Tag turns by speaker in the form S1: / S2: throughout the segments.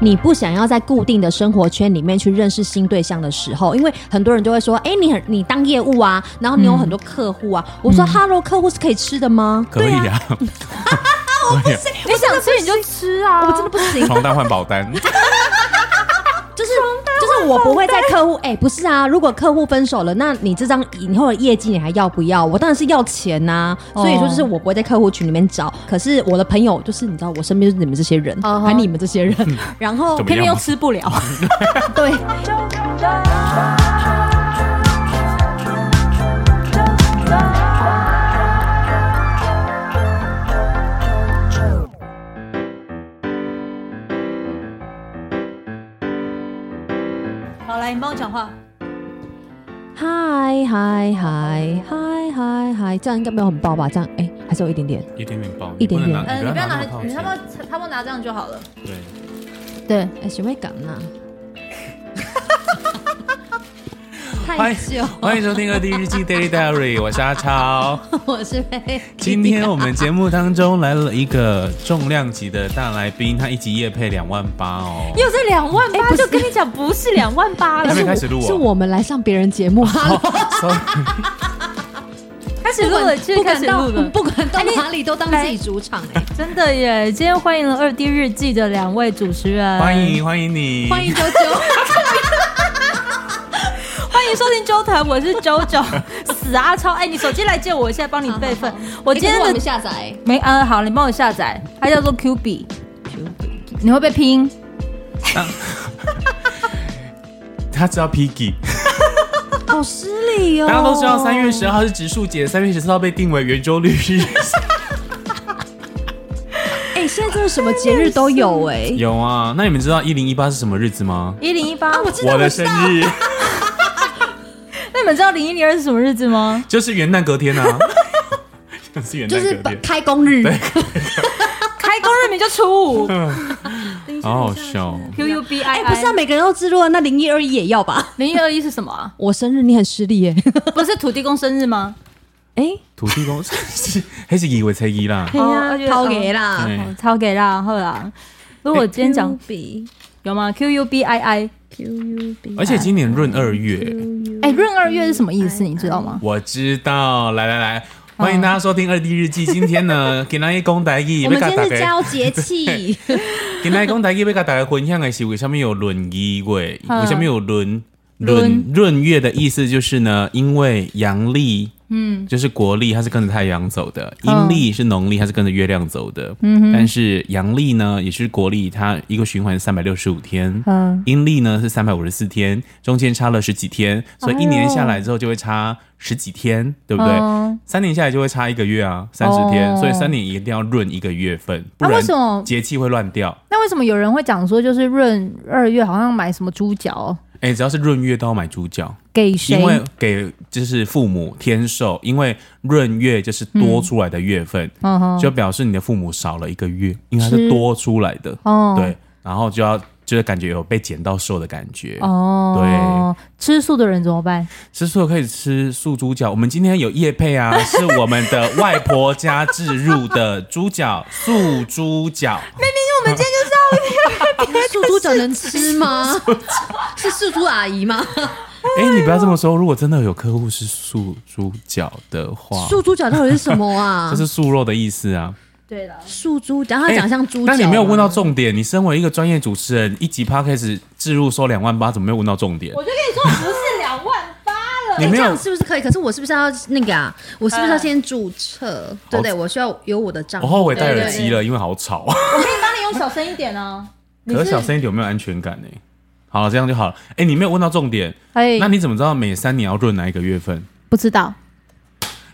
S1: 你不想要在固定的生活圈里面去认识新对象的时候，因为很多人就会说，哎、你很你当业务啊，然后你有很多客户啊，我说哈喽，客户是可以吃的吗？
S2: 可以 啊，可以啊，
S3: 你想吃你就吃啊，
S1: 我真的不行，
S2: 床单换保单，
S1: 就是就是我不会在客户哎、不是啊，如果客户分手了，那你这张以后的业绩你还要不要？我当然是要钱呐、所以说就是我不会在客户群里面找，可是我的朋友就是你知道，我身边就是你们这些人，
S3: 嗯哼
S1: 还你们这些人，然后
S2: 怎么
S3: 偏偏
S2: 样
S3: 又
S2: 吗？
S3: 吃 不了。
S1: 对，
S3: 好，来，你帮我讲话。
S1: 嗨嗨嗨嗨嗨嗨，这样应该没有很爆吧？这样哎、还是有一点点。
S2: 一点点包，
S1: 一点点
S2: 你不能拿
S3: 嗯，你不要拿，你
S2: 他们
S3: 差不多差不多拿这样就好了。
S2: 对，
S1: 对，哎、谁会敢呢、
S2: 欢
S1: 太久
S2: 迎，欢迎收听《二 D 日记 Daily Diary》，我是阿超。
S1: 我是被
S2: 今 天我们节目当中来了一个重量级的大来宾，他一集夜配两万八哦。
S3: 又是两万
S1: 哎
S3: 八，
S1: 不是
S3: 就跟你讲不是两万八
S2: 还
S3: 了
S2: 没，开始录哦
S1: 是我们来上别人节目，啊 哈喽
S2: ，sorry，
S3: 开始录了，其实
S1: 不
S3: 开
S1: 管
S3: 始
S1: 到
S3: 录了。
S1: 不管到
S3: 哎你
S1: 哪里都当自己主场哎、
S3: 真的耶！今天欢迎了《二 D 日记》的两位主持人，
S2: 欢迎欢迎你，
S1: 欢迎九九，
S3: 欢迎收听周团，我是九九 死阿超。哎，你手机来借我，我现在帮你备份
S1: 好。
S3: 我今天
S1: 哎我
S3: 的
S1: 们下载
S3: 没嗯，好，你帮我下载，它叫做 Q B，你会不会拼？
S2: 他知道 Piggy，
S1: 好失礼哦，
S2: 大家都知道三月十号是植树节，三月十四号被定为圆周率日。
S1: 哎、现在真的什么节日都有哎、
S2: 有啊，那你们知道一零一八是什么日子吗？
S3: 一零一
S1: 啊
S3: 八，我
S2: 我的生日
S3: 那你们知道零一零二是什么日子 吗？
S2: 就是元旦隔天 啊，就是元
S1: 就是
S2: 旦隔天，
S1: 开工日，
S3: 开工日明 就初五
S2: 好好笑哦。
S3: ，Q U B
S1: 哎、
S3: I，
S1: 不是、啊、每个人都自录，那零一二一也要吧？
S3: 零一二一是什么啊？
S1: 我生日你很失礼哎、
S3: 不是土地公生日吗？
S1: 哎、
S2: 土地公是还是以为才 一啦？
S1: 嘿
S3: 哦我
S1: 哎
S3: 觉
S1: 呀，哎
S3: 得
S1: 掏给啦，
S2: 对
S3: 哦超给啦，后啦。如果我今天讲
S1: B
S3: 有吗？Q U B I I，
S1: Q U B，
S2: 而且今年闰二月，
S1: 嗯
S3: 哎，闰二月是什么意思？你知道吗？
S2: 我知道。来来来，欢迎大家收听二 D 日记。今天 呢，给大家讲台语，
S1: 我们
S2: 要跟
S1: 今
S2: 大
S1: 天是
S2: 家
S1: 交节气，
S2: 给大家讲台语，要跟大家分享的是为什么有闰一月，
S3: 嗯
S2: 为什么有闰
S3: 闰
S2: 闰闰月的意思就是呢，因为阳历。嗯，就是国历它是跟着太阳走的，
S3: 哦
S2: 阴历是农历它是跟着月亮走的。嗯，但是阳历呢，也是国历，它一个循环三百六十五天。
S3: 嗯，
S2: 阴历呢是三百五十四天，中间差了十几天，所以一年下来之后就会
S3: 哦
S2: 差十几天，对不对？
S3: 嗯
S2: 三年下来就会差一个月啊，三十天，
S3: 哦
S2: 所以三年一定要闰一个月份，不
S3: 啊
S2: 然
S3: 为什么
S2: 节气会乱掉。
S3: 那为什么有人会讲说，就是闰二月好像买什么猪脚
S2: 哎、只要是闰月都要买猪脚，
S3: 给
S2: 因为
S3: 谁？
S2: 给就是父母天寿，因为闰月就是多出来的月份，
S3: 嗯哼，
S2: 就表示你的父母少了一个月，因为它是
S3: 是
S2: 多出来的，
S3: 哦
S2: 对，然后就要就是感觉有被捡到瘦的感觉，
S3: 哦，对，吃素的人怎么办？
S2: 吃素可以吃素猪脚。我们今天有叶配啊，是我们的外婆家置入的猪脚素猪脚。
S1: 素猪脚能吃吗？是素猪阿姨吗？
S2: 哎、你不要这么说，如果真的有客户是素猪脚的话，
S1: 素啊猪脚到底是什么
S2: 这
S1: 啊？
S2: 是素肉的意思啊。
S3: 对了，
S1: 素猪脚，它长像猪脚吗。
S2: 哎
S1: 啊
S2: 但你没有问到重点。你身为一个专业主持人，一集 podcast 置入收两万八，怎么没有问到重点？
S3: 就跟你说不是两万八了。
S2: 你
S1: 哎。
S2: 没
S1: 这
S2: 有
S1: 样是不是可以？可是我是不是要那个啊？我是不是要先注册？对不对？我需要有我的账
S2: 哦我
S1: 户。
S2: 后悔戴耳机了，因为好吵。
S3: 我可以帮你用小声一点啊。你
S2: 可是小声一点有没有安全感呢、好了，这样就好了。哎、你没有问到重点，
S3: 哎
S2: 那，你怎么知道每三年要闰哪一个月份？
S3: 不知道，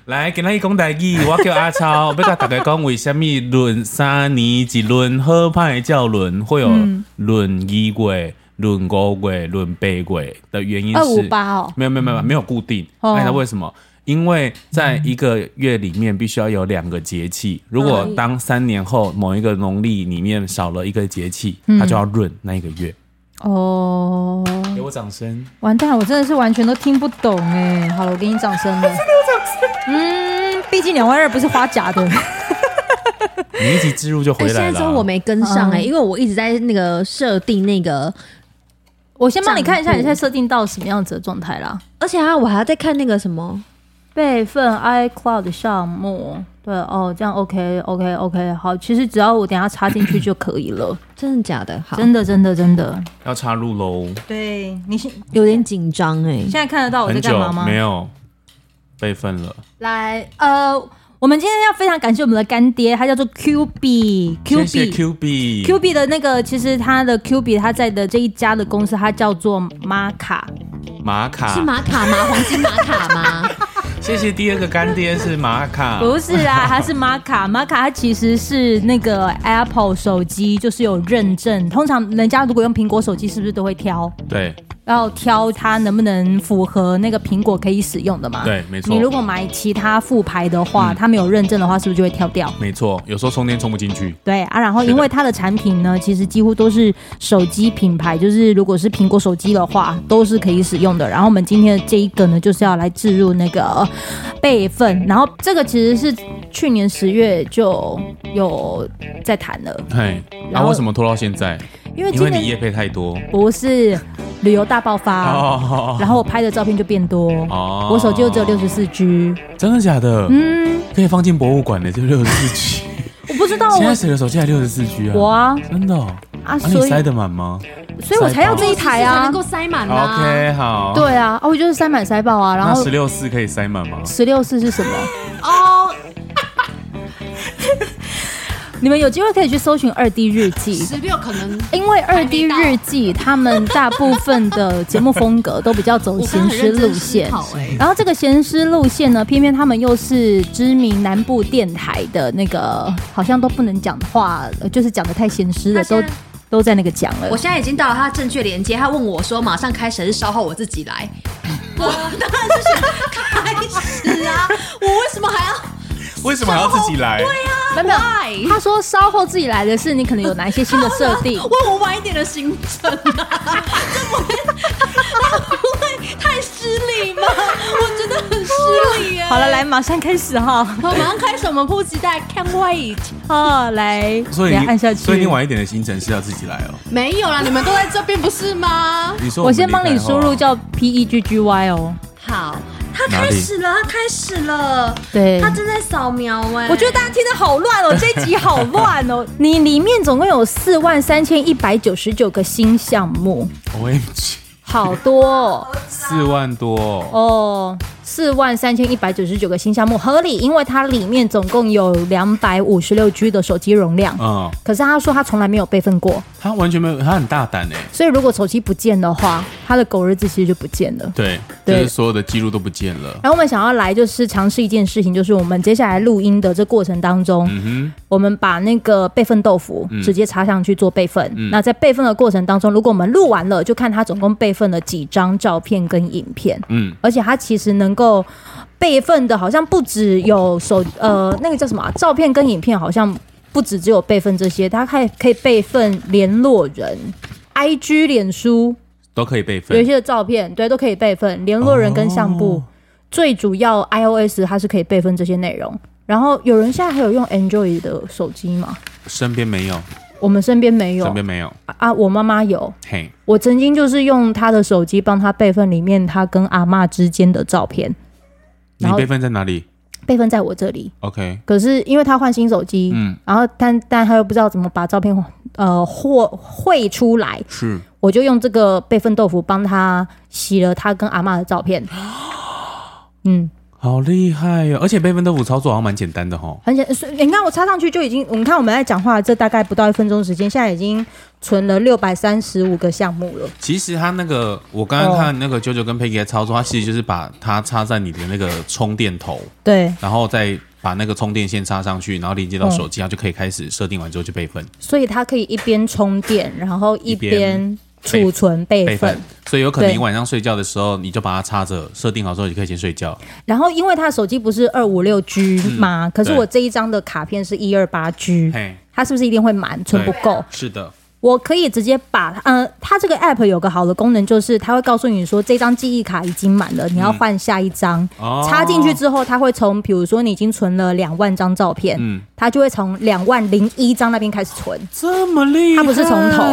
S2: 来，今仔日讲台语，我叫阿 超，要甲大家讲为什么闰三年一闰好歹叫闰会有
S1: 嗯
S2: 闰一月、闰五月、闰八月的原因是
S3: 258哦
S2: 没有没有没有没有固定，
S3: 哦
S2: 那、它为什么？因为在一个月里面必须要有两个节气，如果
S3: 嗯
S2: 当三年后某一个农历里面少了一个节气，
S3: 嗯
S2: 它就要闰那一个月。
S3: 哦，
S2: 给我掌声！
S3: 完蛋了，我真的是完全都听不懂哎。好了，我给你掌声了。嗯，毕竟两万二不是花假的。
S2: 你一集植入就回
S1: 哎，
S2: 来
S1: 现
S2: 了啊。
S1: 在只有我没跟上哎、
S3: 嗯
S1: 因为我一直在那个设定那个，
S3: 我先帮你看一下
S1: 账户
S3: 你现在设定到什么样子的状态啦。
S1: 而且啊，我还要在看那个什么，
S3: 备份 iCloud 项目，对哦，这样 OK OK OK，好，其实只要我等一下插进去就可以 了，
S1: 真的假的？好，
S3: 真的真的真的。
S2: 要插入喽，
S3: 对你现现
S1: 有点紧张哎。
S3: 在看得到哦我在
S2: 很
S3: 干嘛
S2: 久
S3: 吗
S2: 没？有备份了。
S3: 来，呃，我们今天要非常感谢我们的干爹，他叫做 Q B Q
S2: 谢谢
S3: B
S2: Q B
S3: Q B 的那个，其实他的 Q B 他在的这一家的公司，它叫做玛卡，
S2: 玛卡
S1: 是，玛卡吗？黄金玛卡吗？
S2: 谢谢第二个干爹是玛卡，
S3: 不是 啊，它是玛卡，玛卡它其实是那个 Apple 手机，就是有认证。通常人家如果用苹果手机，是不是都会挑，
S2: 对
S3: 要挑它能不能符合那个苹果可以使用的嘛？
S2: 对，没错，
S3: 你如果买其他副牌的话，
S2: 嗯
S3: 它没有认证的话，是不是就会跳掉？
S2: 没错，有时候充电充不进去，
S3: 对啊，然后
S2: 是的
S3: 因为它的产品呢，其实几乎都是手机品牌，就是如果是苹果手机的话，都是可以使用的。然后我们今天的这一个呢，就是要来置入那个呃备份，然后这个其实是去年十月就有在谈了，
S2: 嘿，
S3: 然
S2: 那
S3: 后
S2: 为什么拖到现在？
S3: 因为
S2: 因
S3: 今
S2: 为你业
S3: 年
S2: 配太多
S3: 不是旅游大爆发。
S2: 哦
S3: 然后我拍的照片就变多，
S2: 哦
S3: 我手机又只有六十四 G，
S2: 真的假的？
S3: 嗯，
S2: 可以放进博物馆的就六十四 G，
S3: 我不知道
S2: 现在
S3: 哦我
S2: 谁的手机还六十四 G 啊？
S3: 我啊
S2: 真的哦，
S3: 啊，
S2: 啊你
S3: 所以
S2: 塞得满吗
S3: 所以我才要这一台
S1: 才
S3: 啊
S1: 能，够塞满啊。
S2: ？OK，好，，
S3: 对啊，啊，我就是塞满塞爆啊，然
S2: 那
S3: 后
S2: 十六四可以塞满吗？
S3: 十六四是什么？
S1: 哦，
S3: 你们有机会可以去搜寻二 D 日记。
S1: 十六可能
S3: 因为二 D 日记，他们大部分的节目风格都比较走
S1: 我刚
S3: 闲
S1: 刚很
S3: 诗
S1: 认
S3: 路
S1: 真思
S3: 线，
S1: 考哎。
S3: 然后这个闲诗路线呢，偏偏他们又是知名南部电台的那个，好像都不能讲话，呃就是讲的太闲诗
S1: 他
S3: 了，
S1: 现
S3: 都
S1: 在
S3: 都在那个讲了
S1: 我。现在已经到了他的正确连接，他问我说：“马上开始还是稍后我自己来？”我当然是选开始啊！我为什么还要？
S2: 为什么还要自己来？
S3: 没有没有
S1: Why？
S3: 他说稍后自己来的是你可能有哪一些新的设定，
S1: 问我晚一点的行程啊，这不会，他不会太失礼吗？我觉得很失礼耶。 啊
S3: 好了，来，马上开始 哈，
S1: 我马上开始我们迫不及待看 Why？
S3: 啊，来，
S2: 所以
S3: 等一
S2: 你
S3: 下按下去，
S2: 所以你晚一点的行程是要自己来哦。
S1: 没有啦，你们都在这边不是吗？
S2: 你说
S3: 我
S2: 们
S3: 先帮
S2: 离
S3: 你
S2: 开后
S3: 输
S2: 啊
S3: 入叫 P E G G Y 哦。
S1: 好，他开始了，他开始了，
S3: 对
S1: 他正在扫描哎、
S3: 我觉得大家听的好乱哦，这一集好乱 哦。你里面总共有四万三千一百九十九个新项目，
S2: 哦 OMG，
S3: 好多哦。
S2: 四万多哦，
S3: 哦，四万三千一百九十九个新项目合理，因为它里面总共有两百五十六 G 的手机容量。
S2: 嗯，
S3: 可是他说他从来没有备份过，
S2: 他完全没有，他很大胆哎，
S3: 所以如果手机不见的话，他的狗日子其实就不见了。
S2: 对，就
S3: 对
S2: 是所有的记录都不见 了，
S3: 然后我们想要来就是尝试一件事情，就是我们接下来录音的这过程当中，
S2: 嗯
S3: 我们把那个备份豆腐
S2: 嗯
S3: 直接插上去做备份。
S2: 嗯
S3: 那在备份的过程当中，如果我们录完了，就看它总共备份了几张照片跟影片，
S2: 哼，嗯，
S3: 而且它其实能够备份的，好像不只有手呃那个叫什么啊、照片跟影片，好像不止只有备份这些，它还可以备份联络人。I G、脸书
S2: 都可以备
S3: 有一
S2: 份，
S3: 些的照片，对，都可以备份联络人跟相簿。
S2: 哦
S3: 最主要 iOS 它是可以备份这些内容。然后有人现在还有用 Android 的手机吗？
S2: 身边没有，
S3: 我们身边没有
S2: 身边没有，
S3: 啊，我妈妈有。
S2: 嘿，
S3: 我曾经就是用她的手机帮她备份里面她跟阿嬷之间的照片，
S2: 你
S3: 然后
S2: 备份在哪里
S3: 备份在我这里。
S2: ？OK，
S3: 可是因为她换新手机，
S2: 嗯，
S3: 然后但但她又不知道怎么把照片呃或汇出来，
S2: 是，
S3: 我就用这个备份豆腐帮她洗了她跟阿嬷的 照片。嗯，
S2: 好厉害哦哟，而且备份豆腐操作好像蛮简单的哦。
S3: 很简，所以你看我插上去就已经，你看我们在讲话这大概不到一分钟时间，现在已经存了六百三十五个项目了。
S2: 其实他那个，我刚刚看那个九九跟 Peggy 在操作，他其实就是把它插在你的那个充电头，
S3: 对，
S2: 然后再把那个充电线插上去，然后连接到手机，它就可以开始设定完之后就备份。
S3: 所以它可以一边充电，然后一边
S2: 边
S3: 储存备
S2: 备
S3: 份
S2: 份。，所以有可能
S3: 对
S2: 你晚上睡觉的时候，你就把它插着，设定好之后，你可以先睡觉。
S3: 然后因为它的手机不是二五六 G 吗？可
S2: 嗯
S3: 是
S2: 对
S3: 我这一张的卡片是一二八 G，
S2: 嘿，
S3: 它是不是一定会满，存不够？
S2: 是的，
S3: 我可以直接把呃，它这个 app 有个好的功能，就是它会告诉你说这张记忆卡已经满了，你要换下一张。
S2: 哦
S3: 插进去之后，它会从比如说你已经存了两万张照片，
S2: 嗯
S3: 它就会从两万零一张那边开始存。
S2: 这么厉害，
S3: 它不是从头，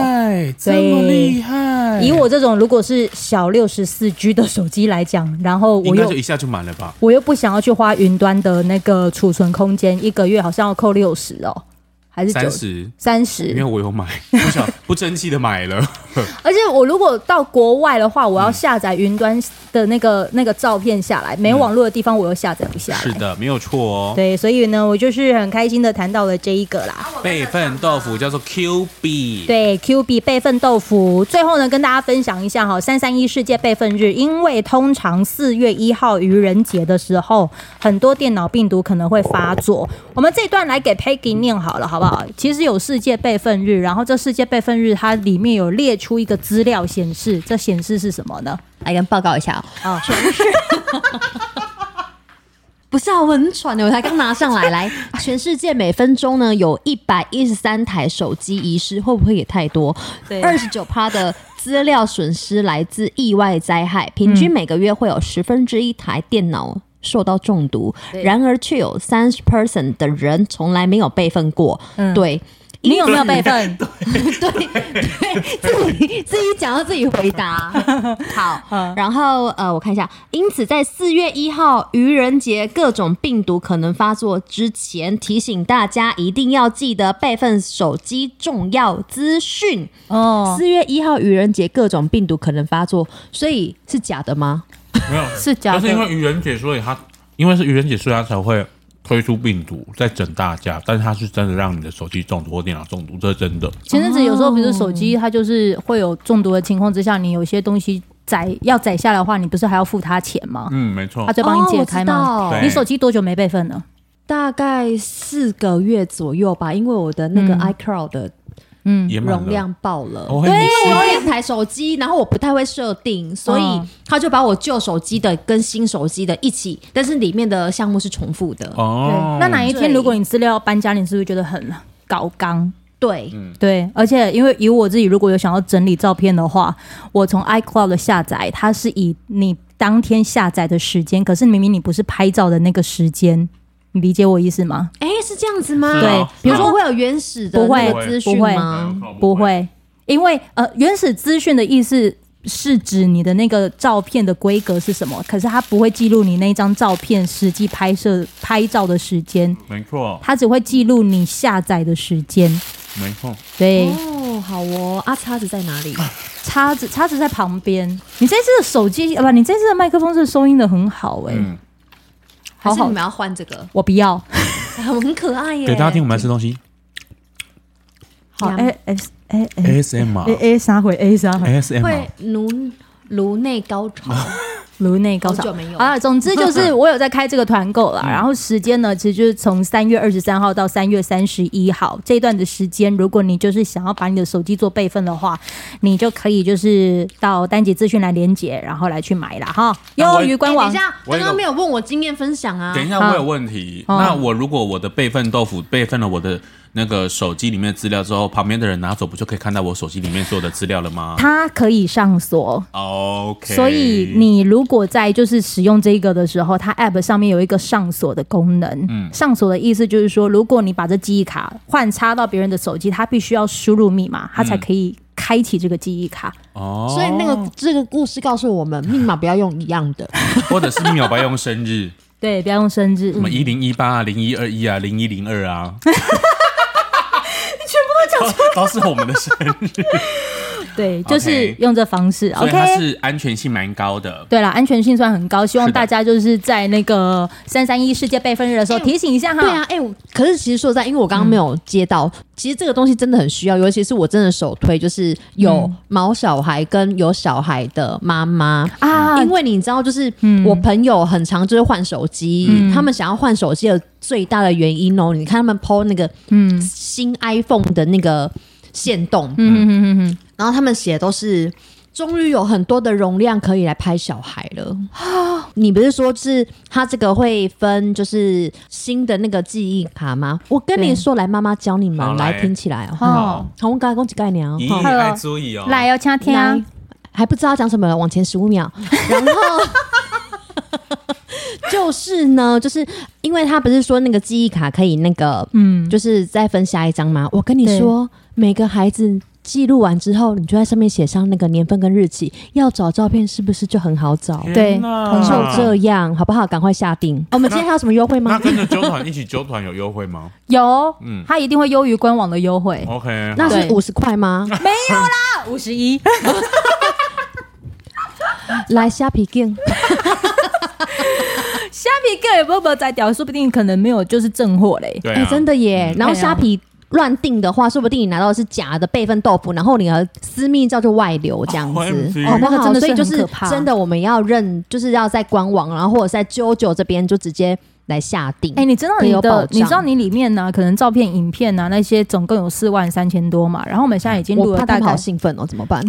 S2: 这么厉害。
S3: 以我这种如果是小六十四 G 的手机来讲，然后
S2: 应
S3: 我
S2: 该
S3: 又
S2: 就一下就满了吧？
S3: 我又不想要去花云端的那个储存空间，一个月好像要扣六十哦，还是九
S2: 三？十，
S3: 三
S2: 因为
S3: 十，
S2: 我有买，不想不争气的买了。
S3: 而且我如果到国外的话，我要下载云端的那个那个照片下来，没网络的地方我又下载不下来。
S2: 是，的，没有错哦。
S3: 对，所以呢，我就是很开心的谈到了这一个啦。
S2: 备份豆腐叫做 Q B，，
S3: 对，Q B 备份豆腐。最后呢，跟大家分享一下哈，三三一世界备份日，因为通常四月一号愚人节的时候，很多电脑病毒可能会发作。我们这段来给 Peggy 念好了，好不好？其实有世界备份日，然后这世界备份日它里面有列出一个资料显示，这显示是什么呢？
S1: 来跟报告一下哦。
S3: 啊、
S1: 不是啊，我很喘的，我才刚拿上来。 来，全世界每分钟呢有一百一十三台手机遗失，会不会也太多？
S3: 对
S1: 二十九趴的资料损失来自意外灾害，平
S3: 嗯
S1: 均每个月会有十分之一台电脑。受到中毒，
S3: 对
S1: 然而却有三十 percent 的人从来没有备份过。
S3: 嗯
S1: 对，
S3: 你有没有备份？
S1: 对对，自己自己讲要自己回 答。好，然后呃，我看一下，因此在四月一号愚人节各种病毒可能发作之前，提醒大家一定要记得备份手机重要资讯。
S3: 哦，
S1: 四月一号愚人节各种病毒可能发作，所以是假的吗？
S2: 没有，
S3: 是假
S2: 但是因
S3: 的。
S2: 为愚人节，所以他因为是愚人节，所以他才会推出病毒在整大家，但是他是真的让你的手机中毒或电脑中毒，这是真的。
S3: 前阵子有时候，比如手机它就是会有中毒的情况之下，你有些东西载要载下来的话，你不是还要付他钱吗？
S2: 嗯，没错
S3: 他。就帮你解开吗？
S1: 哦我知道
S2: 对
S3: 你手机多久没备份了？
S1: 大概四个月左右吧，因为我的那个
S3: 嗯
S1: iCloud 的
S2: 也满了
S1: 容量爆了。
S2: 哦
S1: 对，
S2: 很
S1: 因为我有两台手机，然后我不太会设定，所以
S3: 嗯
S1: 他就把我旧手机的跟新手机的一起，但是里面的项目是重复的。
S2: 哦，
S3: 那哪一天
S1: 对
S3: 如果你资料要搬家，你是不是觉得很搞刚？
S1: 对，
S2: 嗯
S3: 对，而且因为以我自己如果有想要整理照片的话，我从 iCloud 的下载，它是以你当天下载的时间，可是明明你不是拍照的那个时间，你理解我意思吗？
S1: 哎、是这样子吗？
S2: 是啊
S3: 对
S1: 比如
S2: 好
S1: 说会有原始的
S3: 不会
S1: 那个资讯
S3: 不会
S1: 吗？
S3: 不，会，因为呃，原始资讯的意思是指你的那个照片的规格是什么，可是它不会记录你那张照片实际拍摄拍照的时间，
S2: 没错，
S3: 它只会记录你下载的时间。
S2: 没错。
S3: 对，
S1: 哦，好哦，啊，叉子在哪 里？
S3: 叉子叉子在旁边。你这次的手机啊，不，你这次的麦克风是收音的很好哎、
S2: 嗯，
S1: 还
S3: 好
S1: 是你
S3: 好
S1: 们。要换这个？
S3: 我不要。
S1: 很可爱耶！
S2: 给大家听我们在吃东西
S3: 好，
S1: 呀
S3: 哎哎哎哎哎
S2: ，ASMR。
S3: 哎，啥回？哎啥回？
S1: 会
S2: ASMR，
S1: 颅颅内高潮，
S3: 颅内高潮
S1: 好久没有
S3: 啊！总 之就是我有在开这个团购
S2: 嗯
S3: 啦，然后时间呢，其实就是从三月二十三号到三月三十一号这一段的时间，如果你就是想要把你的手机做备份的话，你就可以就是到单节资讯来连接，然后来去买啦哈。
S2: 那我
S3: 优于官
S1: 哎
S3: 网
S1: 等一下，
S2: 我
S1: 刚
S2: 有一个
S1: 刚没有问我经验分享啊。
S2: 等一下，
S3: 好
S2: 我有问题。
S3: 哦
S2: 那我如果我的备份豆腐备份了我的那个手机里面的资料之后，旁边的人拿走，不就可以看到我手机里面所有的资料了吗
S3: 它可以上锁，
S2: ？OK。
S3: 所以你如果在就是使用这个的时候，它 App 上面有一个上锁的功能。
S2: 嗯
S3: 上锁的意思就是说，如果你把这记忆卡换插到别人的手机，它必须要输入密码，它才可以开启这个记忆卡。
S2: 哦，
S1: 所以那个这个故事告诉我们，密码不要用一样的。
S2: 或者是秒白用生日，
S3: 对，不要用生日。
S2: 什么一零一八啊、零一二一啊、零一零二啊，全部都讲错，都是我们的生日，
S3: 对，就是
S2: OK
S3: 用这方式。
S2: 所以它
S3: OK。
S2: 是安全性蛮高的。
S3: 对了，安全性算很高，希望
S2: 是的
S3: 大家就是在那个三三一世界备份日的时候
S1: 哎
S3: 提醒一下哈。
S1: 对啊，哎、我可是其实说实在，因为我刚刚没有接到，其实这个东西真的很需要，尤其是我真的首推就是有毛小孩跟有小孩的妈妈。
S3: 啊，
S2: 嗯
S1: 因为你知道，就是我朋友很常就是换手机，他们想要换手机的最大的原因哦，你看他们 PO 那个嗯
S3: 嗯
S1: 新 iPhone 的那个线动，嗯嗯嗯嗯，然后他们写的都是终于有很多的容量可以来拍小孩了。你不是说是它这个会分就是新的那个记忆卡吗？我跟你说，来妈妈教你
S2: 好
S1: 们
S2: 来
S1: 来听起来哦。
S2: 好
S3: 哦，
S1: 好，我刚才讲一概念哦。
S2: 咦，
S1: 好
S2: 爱注意哦，
S3: 来哦，请听啊
S1: 来，还不知道讲什么了，往前十五 秒，然后。就是呢，就是因为他不是说那个记忆卡可以那个，嗯，就是再分下一张吗？我跟你说，每个孩子记录完之后，你就在上面写上那个年份跟日期，要找照片是不是就很好找？
S3: 对
S2: 天哪
S3: 同
S1: 就这样，好不好？赶快下定。哦我们今天还有什么优惠
S2: 那
S1: 吗？
S2: 跟着九团一起，九团有优惠吗
S3: 有，
S2: 嗯
S3: 它一定会优于官网的优惠，
S2: ？OK，
S1: 那是
S3: 对
S1: 五十块吗？
S3: 没有啦，五十一，
S1: 来虾皮镜，
S3: 虾皮个也不不在屌，说不定可能没有就是正货嘞。
S2: 对
S1: 哎、
S2: 啊，
S1: 真的耶！然后
S3: 对啊
S1: 虾皮乱订的话，说不定你拿到的是假的备份豆腐，然后你的私密照就外流这样子，
S2: 哦，OMG
S1: 好不
S3: 那个
S1: 好？
S3: 真的是
S1: 所以就
S3: 很
S1: 是
S3: 可怕
S1: 真的，我们要认，就是要在官网，然后或者在啾啾这边就直接来下定。
S3: 哎、你知道
S1: 更
S3: 你
S1: 有保
S3: 的
S1: 障，
S3: 你知道你里面呢、可能照片、影片啊那些，总共有四万三千多嘛。然后我们现在已经录
S1: 我怕他
S3: 了大
S1: 们
S3: 概
S1: 好，兴奋哦，怎么办？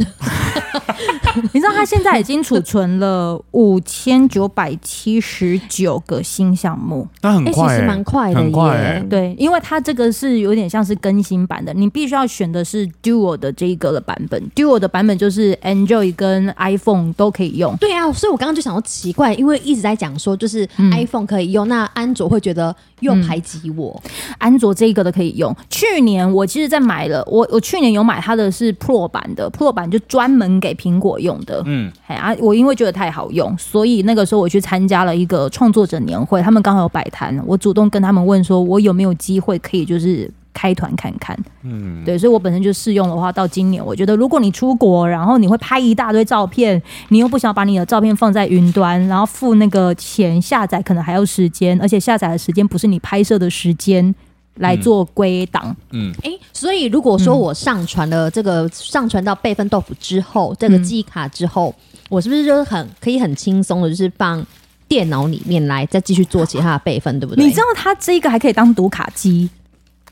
S3: 你知道它现在已经储 存了五千九百七十九个新项目。
S2: 那很
S1: 哎、其
S2: 快欸，
S1: 实蛮快的
S2: 很
S1: 耶。
S2: 快欸
S3: 对，因为它这个是有点像是更新版的，你必须要选的是 Duo 的这一个的版本。Duo 的版本就是 Android 跟 iPhone 都可以用。
S1: 对啊，所以我刚刚就想说奇怪，因为一直在讲说就是
S3: 嗯
S1: iPhone 可以用，那安卓会觉得又排挤我。
S3: 安卓这一个的可以用。去年我其实在买了，我我去年有买它的是 Pro 版的，Pro 版就专门给苹果用的。
S2: 嗯
S3: 嗯，哎啊，我因为觉得太好用，所以那个时候我去参加了一个创作者年会，他们刚好有摆摊，我主动跟他们问说，我有没有机会可以就是。开团看看，
S2: 嗯，
S3: 对，所以我本身就试用的话，到今年我觉得，如果你出国，然后你会拍一大堆照片，你又不想把你的照片放在云端，然后付那个钱下载，可能还要时间，而且下载的时间不是你拍摄的时间来做归档，
S2: 嗯，
S1: 哎、所以如果说
S3: 嗯
S1: 我上传了这个、上传到备份豆腐之后，这
S3: 嗯
S1: 个记忆卡之后，我是不是就是很可以很轻松的，就是放电脑里面来再继续做其他的备份，对不对？
S3: 你知道它这个还可以当读卡机，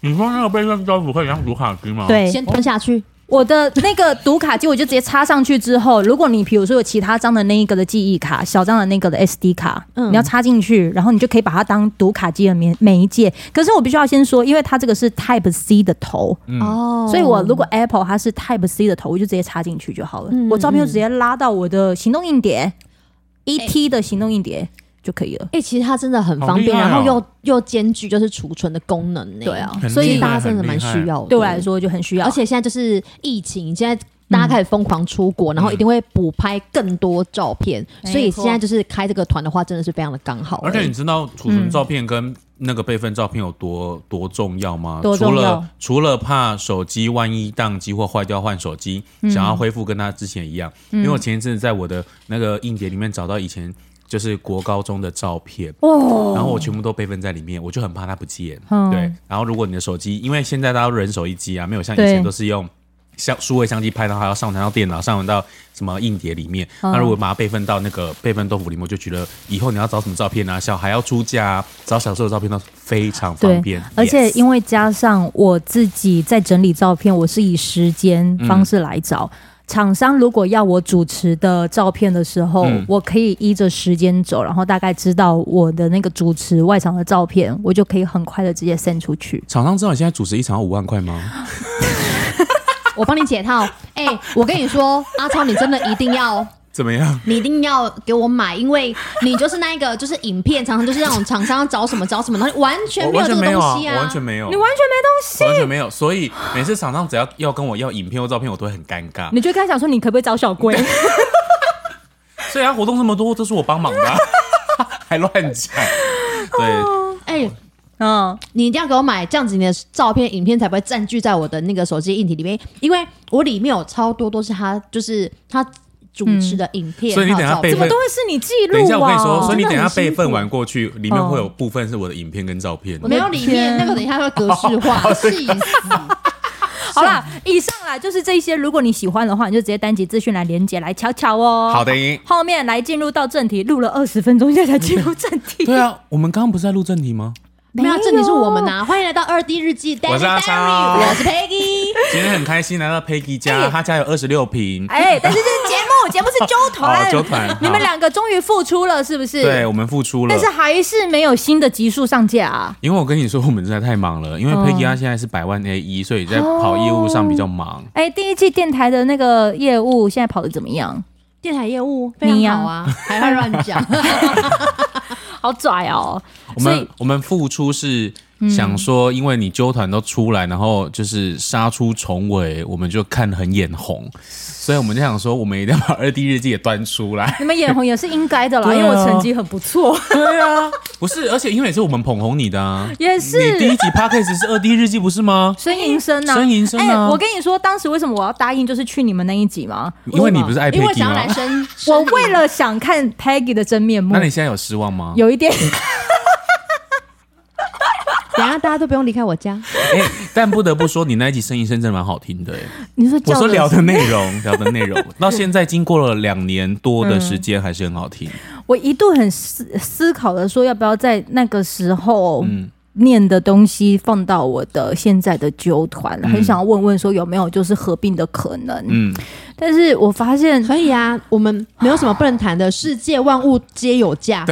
S2: 你说那个备份豆腐可以当读卡机吗？，
S3: 对，
S1: 先吞下去，
S3: 我的那个读卡机，我就直接插上去之后，如果你比如说有其他张的那一个的记忆卡，小张的那个的 SD 卡，
S1: 嗯
S3: 你要插进去，然后你就可以把它当读卡机的媒媒介。可是我必须要先说，因为它这个是 Type C 的头，
S2: 嗯
S1: 哦
S3: 所以我如果 Apple 它是 Type C 的头，我就直接插进去就好了。
S1: 嗯
S3: 我照片就直接拉到我的行动硬碟、e t 的行动硬碟就可以了。
S1: 哎、其实它真的很方便，
S2: 好厉害哦
S1: 然后又又兼具就是储存的功能呢。
S3: 对啊
S2: 很
S1: 所
S2: 厉
S1: 以
S2: 害
S1: 大家真的
S2: 很厉
S1: 蛮
S2: 害
S1: 需要的。
S3: 对我来，说就很需要，
S1: 而且现在就是疫情，现在。大家开始疯狂出国，
S2: 嗯
S1: 然后一定会补拍更多照片，
S3: 没
S1: 所以
S3: 错
S1: 现在就是开这个团的话，真的是非常的刚好欸。
S2: 而且你知道储存照片跟那个备份照片有多多重要吗？
S3: 多
S2: 除
S3: 重要
S2: 了除了怕手机万一宕机或坏掉换手机，想要恢复跟它之前一样，因为我前一阵子在我的那个硬碟里面找到以前就是国高中的照片，哦，然后我全部都备份在里面，我就很怕它不见。
S3: 嗯
S2: 对，然后如果你的手机，因为现在大家都人手一机啊，没有像以前
S3: 对
S2: 都是用。像数位相机拍，然后还要上传到电脑，上传到什么硬碟里面。那
S1: 嗯
S2: 如果把它备份到那个备份豆腐里面，我就觉得以后你要找什么照片啊，小孩要出嫁、啊，找小时候的照片都非常方便。
S3: 而且
S2: Yes
S3: 因为加上我自己在整理照片，我是以时间
S2: 嗯
S3: 方式来找。厂商如果要我主持的照片的时候，
S2: 嗯
S3: 我可以依着时间走，然后大概知道我的那个主持外场的照片，我就可以很快的直接 send 出去。
S2: 厂商知道你现在主持一场要五万块吗？
S1: 我帮你解套。哎、我跟你说，阿超，你真的一定要，
S2: 怎么样？
S1: 你一定要给我买，因为你就是那一个，就是影片常常就是那种厂商要找什么找什么，然后完全
S2: 我
S1: 没有
S2: 完
S1: 这
S2: 全
S1: 个
S2: 没有啊
S1: 东西啊
S2: 我完全没有，
S3: 你完全没东西，
S2: 我完全没有。所以每次厂商只要要跟我要影片或照片，我都会很尴尬。
S3: 你就跟他讲说你可不可以找小 龟？
S2: 所以啊他活动这么多，都是我帮忙的啊、 还乱讲。对，
S1: 哎、
S3: 嗯，
S1: 你一定要给我买，这样子你的照片、影片才不会占据在我的那个手机硬体里面，因为我里面有超多都是他，就是他主持的影片，
S2: 所以你
S1: 还
S2: 等
S1: 有
S2: 下
S1: 照
S2: 备
S1: 片
S3: 怎
S2: 份
S3: 么都会是你记录、啊？
S2: 等一下我跟你说，所以你等一
S1: 真的
S2: 下
S1: 很辛
S2: 备
S1: 苦嗯
S2: 份完过去，里面会有部分是我的影片跟照片。哦
S1: 没有里面
S3: 天
S1: 那个，等一下会格式化，气死！
S3: 好啦，
S2: 啊
S3: 以上啦就是这些。如果你喜欢的话，你就直接单击资讯来连接来瞧瞧哦。
S2: 好的。
S3: 后面来进入到正题，录了二十分钟，现在才进入正 题。
S2: 对啊，我们刚刚不是在录正题吗？
S1: 没有，这里是我们呐、欢迎来到二 D 日记，
S2: 我是阿超
S1: Diary，我是 Peggy。
S2: 哎今天很开心来到 Peggy 家，他家有二十六平。
S3: 哎，但是这是节 目节目是纠团
S2: 哦，纠团
S3: 你们
S2: 好
S3: 两个终于复出了，是不是？
S2: 对我们付出了
S3: 但。是还是没有新的集数上架啊。
S2: 因为我跟你说，我们真的太忙了。因为佩奇她现在是百万 A 一，所以在跑业务上比较忙。
S3: 哎，第一季电台的那个业务现在跑的怎么样？
S1: 电台业务非常
S3: 你呀
S1: 好啊，还要乱讲。
S3: 好拽哦！
S2: 我
S3: 所
S2: 们
S3: 以
S2: 我们付出是想说，因为你纠团都出来，然后就是杀出重围，我们就看得很眼红，所以我们就想说，我们一定要把二 D 日记也端出 来。
S3: 你们眼红也是应该的 啦，
S2: 对啊
S3: 因为我成绩很不错，
S2: 对啊，不是，而且因为也是我们捧红你的啊。
S3: 也
S2: 你第
S3: 是
S2: 一集 podcast 是二 D 日记不是吗？
S3: 声音声呐，
S2: 声音声啊
S3: 哎我跟你说，当时为什么我要答应就是去你们那一集吗？
S2: 因为你 不是爱
S1: 因为
S2: Peggy
S1: 想要来
S2: 吗？
S1: 生，
S3: 我为了想看 Peggy 的真面目
S2: 那，你现在有失望吗？
S3: 有一点
S1: 等一下大家都不用离开我家。
S2: 哎、但不得不说，你那一集声音声真的蛮好听的、哎
S3: 你说叫
S2: 我说
S3: 了
S2: 聊的内容，聊的内容，到现在经过了两年多的时间，还是很好听。
S3: 我一度很思思考的说，要不要在那个时候念的东西放到我的现在的纠团，很想要问问说有没有就是合并的可能。
S2: 嗯，
S3: 但是我发现
S1: 可以啊，我们没有什么不能谈的，世界万物皆有价。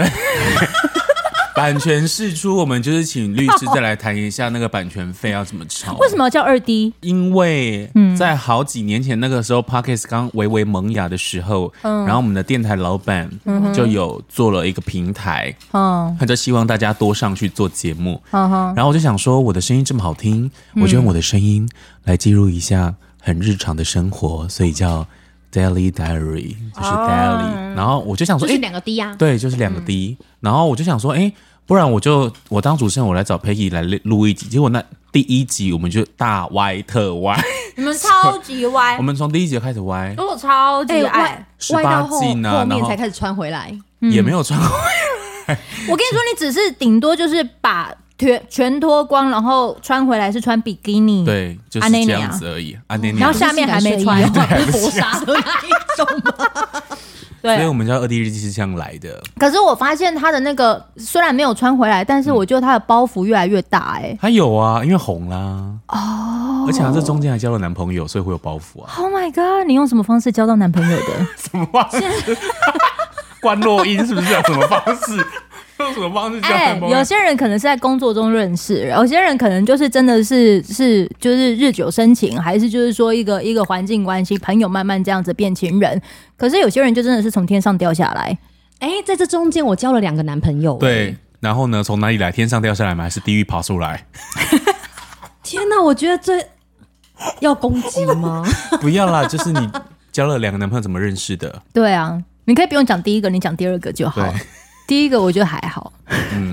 S2: 版权释出，我们就是请律师再来谈一下那个版权费要怎么吵。
S3: 为什？么要叫二 D？
S2: 因为在好几年前那个时候 p o d c a s t 刚微微萌芽的时候，然后我们的电台老板就有做了一个平台，
S3: 嗯
S2: 他就希望大家多上去做节目。
S3: 嗯哼，
S2: 然后我就想说，我的声音这么好听，我就用我的声音来记录一下很日常的生活，所以叫 Daily Diary，就是 Daily。然后我就想说，
S1: 就是
S2: 哎、
S1: 两个 D 啊呀、
S2: 对，就是两个 D、然后我就想说，哎、不然我就我当主持人，我来找 Peggy 来录一集。结果那第一集我们就大歪特歪，
S3: 你们超级歪
S2: 我，们从第一集就开始歪，
S3: 哎我超级爱。
S2: 18
S1: 外到后
S2: 禁啊
S1: 后
S2: 然
S1: 面
S2: 后
S1: 才开始穿回来。
S2: 也没有穿过。
S3: 我跟你说，你只是顶多就是把全全脱光，然后穿回来是穿比基尼。。
S2: 对，就是
S3: 啊那
S2: 这
S3: 那
S2: 样
S3: 啊
S2: 子而已。啊，那那
S3: 然
S2: 样
S3: 后下面还没穿
S1: 薄纱的那一种吗？
S3: 啊 对
S2: 所以我们叫二 D 日记是这样来的。
S3: 可是我发现他的那个虽然没有穿回来，但是我觉得他的包袱越来越大、哎、
S2: 他有啊，因为红啦。哦。而且他这中间还交了男朋友，所以会有包袱啊。
S3: Oh my god！你用什么方式交到男朋友 的？
S2: 什么方式？关落音是不是有什么方式？用什么方式交男朋友
S3: 哎有？些人可能是在工作中认识，有些人可能就是真的是是就是日久生情，还是就是说一个一个环境关系，朋友慢慢这样子变情人。可是有些人就真的是从天上掉下来，
S1: 哎、在这中间我交了两个男朋友。，
S2: 对，然后呢？从哪里来？天上掉下来吗？还是地狱爬出 来？
S1: 天哪，我觉得这要攻击 吗？
S2: 不要啦，就是你交了两个男朋友，怎么认识的？
S3: 对啊，你可以不用讲第一个，你讲第二个就好
S2: 对。嗯
S3: 第一个我觉得还好，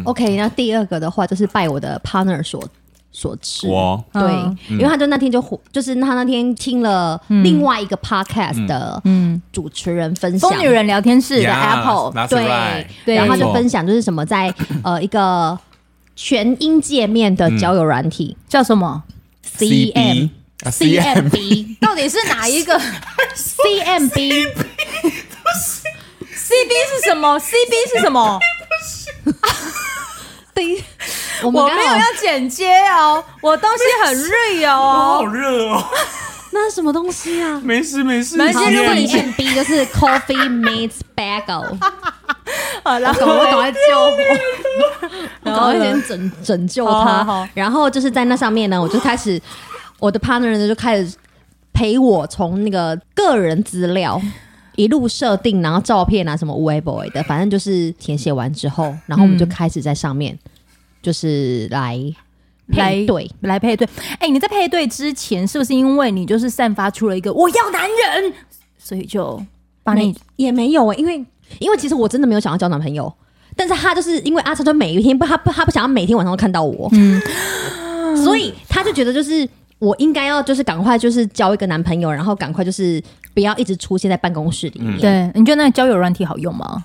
S1: OK，那第二个的话就是拜我的 partner 所所致。
S2: 我
S1: 对，
S3: 嗯
S1: 因为他就那天就火，就是他那天听了另外一个 podcast 的主持人分享，
S3: 疯嗯女人聊天室的
S2: Yeah，
S3: Apple，
S2: that's
S1: 对
S2: right，
S3: 对
S1: 然后他
S2: 没
S1: 就
S2: 错
S1: 分享就是什么在呃一个全音界面的交友软体、
S3: 叫什么？
S1: CM
S2: CB 啊 CM
S1: CMB
S3: 到底是哪一个
S1: CMB
S3: CB 是什么？CB 是什么？
S1: 对，我们
S3: 我
S1: 刚
S3: 没有
S1: 好
S3: 要剪接哦，我东西很 real
S2: 好
S3: 哦。
S2: 热哦，
S1: 那是什么东西啊？
S2: 没事没事。
S3: 没事
S1: 好，
S3: 如
S1: 如
S3: 果
S1: 果
S3: 你
S1: 你 M B 就是 Coffee Meets Bagel，
S3: 好然后
S1: 我赶快
S3: 救我，
S1: 我 赶
S3: 然后
S1: 快
S3: 呢
S1: 先拯拯救
S3: 好好
S1: 他
S3: 好。
S1: 然后就是在那上面呢，我就开始我的 partner 呢就开始陪我从那个个人资 料。一路设定，然后照片啊什么 web boy 的，反正就是填写完之后，然后我们
S3: 嗯
S1: 就开始在上面，就是来配对，
S3: 来配对。哎、你在配对之前，是不是因为你就是散发出了一个我要男人，所以就把
S1: 没
S3: 你
S1: 也没有、欸，因为因为其实我真的没有想要交男朋友，但是他就是因为阿超就每一天不他不他不想要每天晚上都看到我，所以他就觉得就是我应该要就是赶快就是交一个男朋友，然后赶快就是不要一直出现在办公室里面。
S3: 对？你觉得那个交友软体好用吗？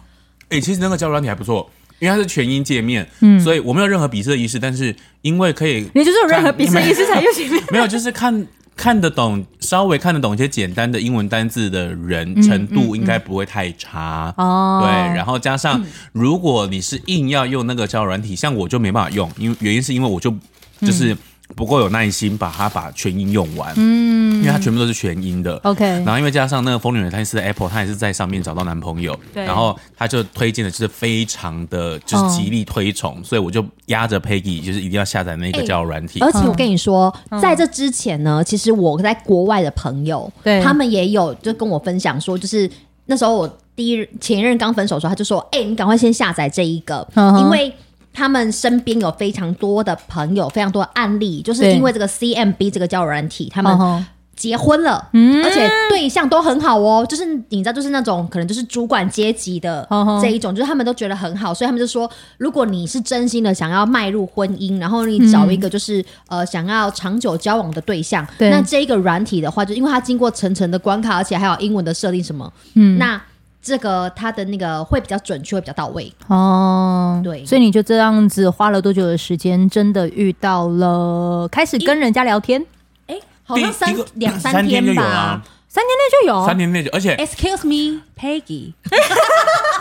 S2: 哎、其实那个交友软体还不错，因为它是全音界面，所以我没有任何鄙视的意识，但是因为可以
S3: 你就是有任何鄙视意识才用前面。
S2: 没有，就是看看得懂，稍微看得懂一些简单的英文单字的人，程度应该不会太差。
S3: 哦
S2: 对，然后加上，如果你是硬要用那个交友软体，像我就没办法用，因为原因是因为我就就是不够有耐心把它把全音用完，嗯，因为它全部都是全音的。
S3: OK
S2: 然后因为加上那个疯女人，她是 Apple，她也是在上面找到男朋友，
S3: 对
S2: 然后她就推荐的就是非常的
S1: 嗯
S2: 就是极力推崇，所以我就压着 Peggy 就是一定要下载那个
S1: 哎
S2: 交友软体。
S1: 而且我跟你说，
S3: 嗯
S1: 在这之前呢，其实我在国外的朋友，
S3: 对
S1: 他们也有就跟我分享说，就是那时候我第一任前任刚分手的时候，他就说：“哎、你赶快先下载这一个，
S3: 嗯哼
S1: 因为。”他们身边有非常多的朋友，非常多的案例，就是
S3: 对
S1: 因为这个 CMB 这个交友软体，他们
S3: 嗯哼
S1: 结婚了，
S2: 嗯
S1: 而且对象都很好哦，就是你知道，就是那种可能就是主管阶级的
S3: 嗯哼
S1: 这一种，就是他们都觉得很好，所以他们就说，如果你是真心的想要迈入婚姻，然后你找一个就是、
S2: 嗯
S1: 呃想要长久交往的对象，
S3: 对
S1: 那这一个软体的话，就因为它经过层层的关卡，而且还有英文的设定什么，
S2: 嗯
S1: 那这个它的那个会比较准确，会比较到位。
S3: 哦，
S1: 对
S3: 所以你就这样子花了多久的时间，真的遇到了，开始跟人家聊天，
S1: 哎、好像
S2: 第
S1: 三
S2: 第一个
S1: 两
S2: 三天就有
S1: 吧。哦哎
S2: 啊
S3: 三天内就有，
S2: 三天内就，而且
S1: Excuse me, Peggy。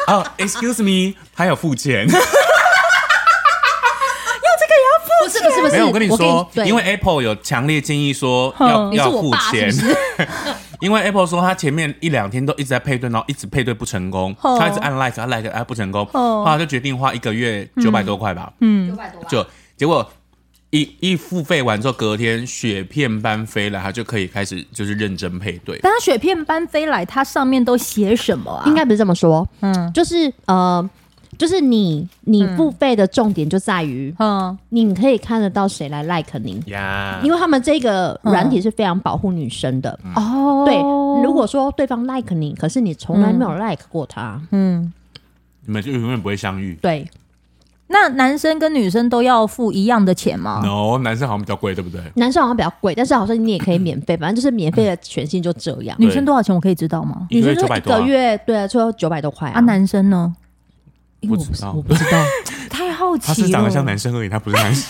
S2: 啊、e x c u s e me，还有付钱。
S3: 哦
S1: 不是不是不是，
S2: 没有，我跟你说，
S1: 对
S2: 因为 Apple 有强烈建议说要
S1: 你是
S2: 要
S1: 我
S2: 付
S1: 爸
S2: 钱，
S1: 是不是
S2: 因为 Apple 说他前面一两天都一直在配对，然后一直配对不成功，
S3: 哦
S2: 他一直按 like 按 like 按不成功，
S3: 哦
S2: 后来就决定花一个月九百多块吧，嗯，
S1: 九百多吧
S2: 就结果。一一付费完之后，隔天雪片般飞来，他就可以开始就是认真配对。
S3: 但它雪片般飞来，它上面都写什么啊？
S1: 应该不是这么说，
S3: 嗯
S1: 嗯，就是呃，就是你你付费的重点就在于、
S3: 嗯，
S1: 你可以看得到谁来 like 你，
S2: 呀
S1: 因为他们这个软体是非常保护女生的。
S3: 嗯
S2: 嗯
S3: 哦，
S1: 对，如果说对方 like 你，可是你从来没有 like 过他，
S3: 嗯，
S2: 你们就永远不会相遇。
S1: 对，
S3: 那男生跟女生都要付一样的钱吗？
S2: no，男生好像比较贵，对不对？
S1: 男生好像比较贵，但是好像你也可以免费，反正就是免费的权限就这样。
S3: 女生多少钱？我可以知道吗？
S2: 嗯一
S1: 女
S2: 个
S1: 生
S2: 月
S1: 就
S2: 九
S1: 是
S2: 百
S1: 一
S2: 多、啊
S1: 个，月，对啊，最后九百多块
S3: 啊，
S1: 啊。
S3: 男生呢？因为
S2: 不
S3: 我不
S2: 知
S3: 是
S2: 道
S3: 我不知 道，太好奇
S2: 他
S3: 了。
S2: 是长得像男生而已，他不是男生。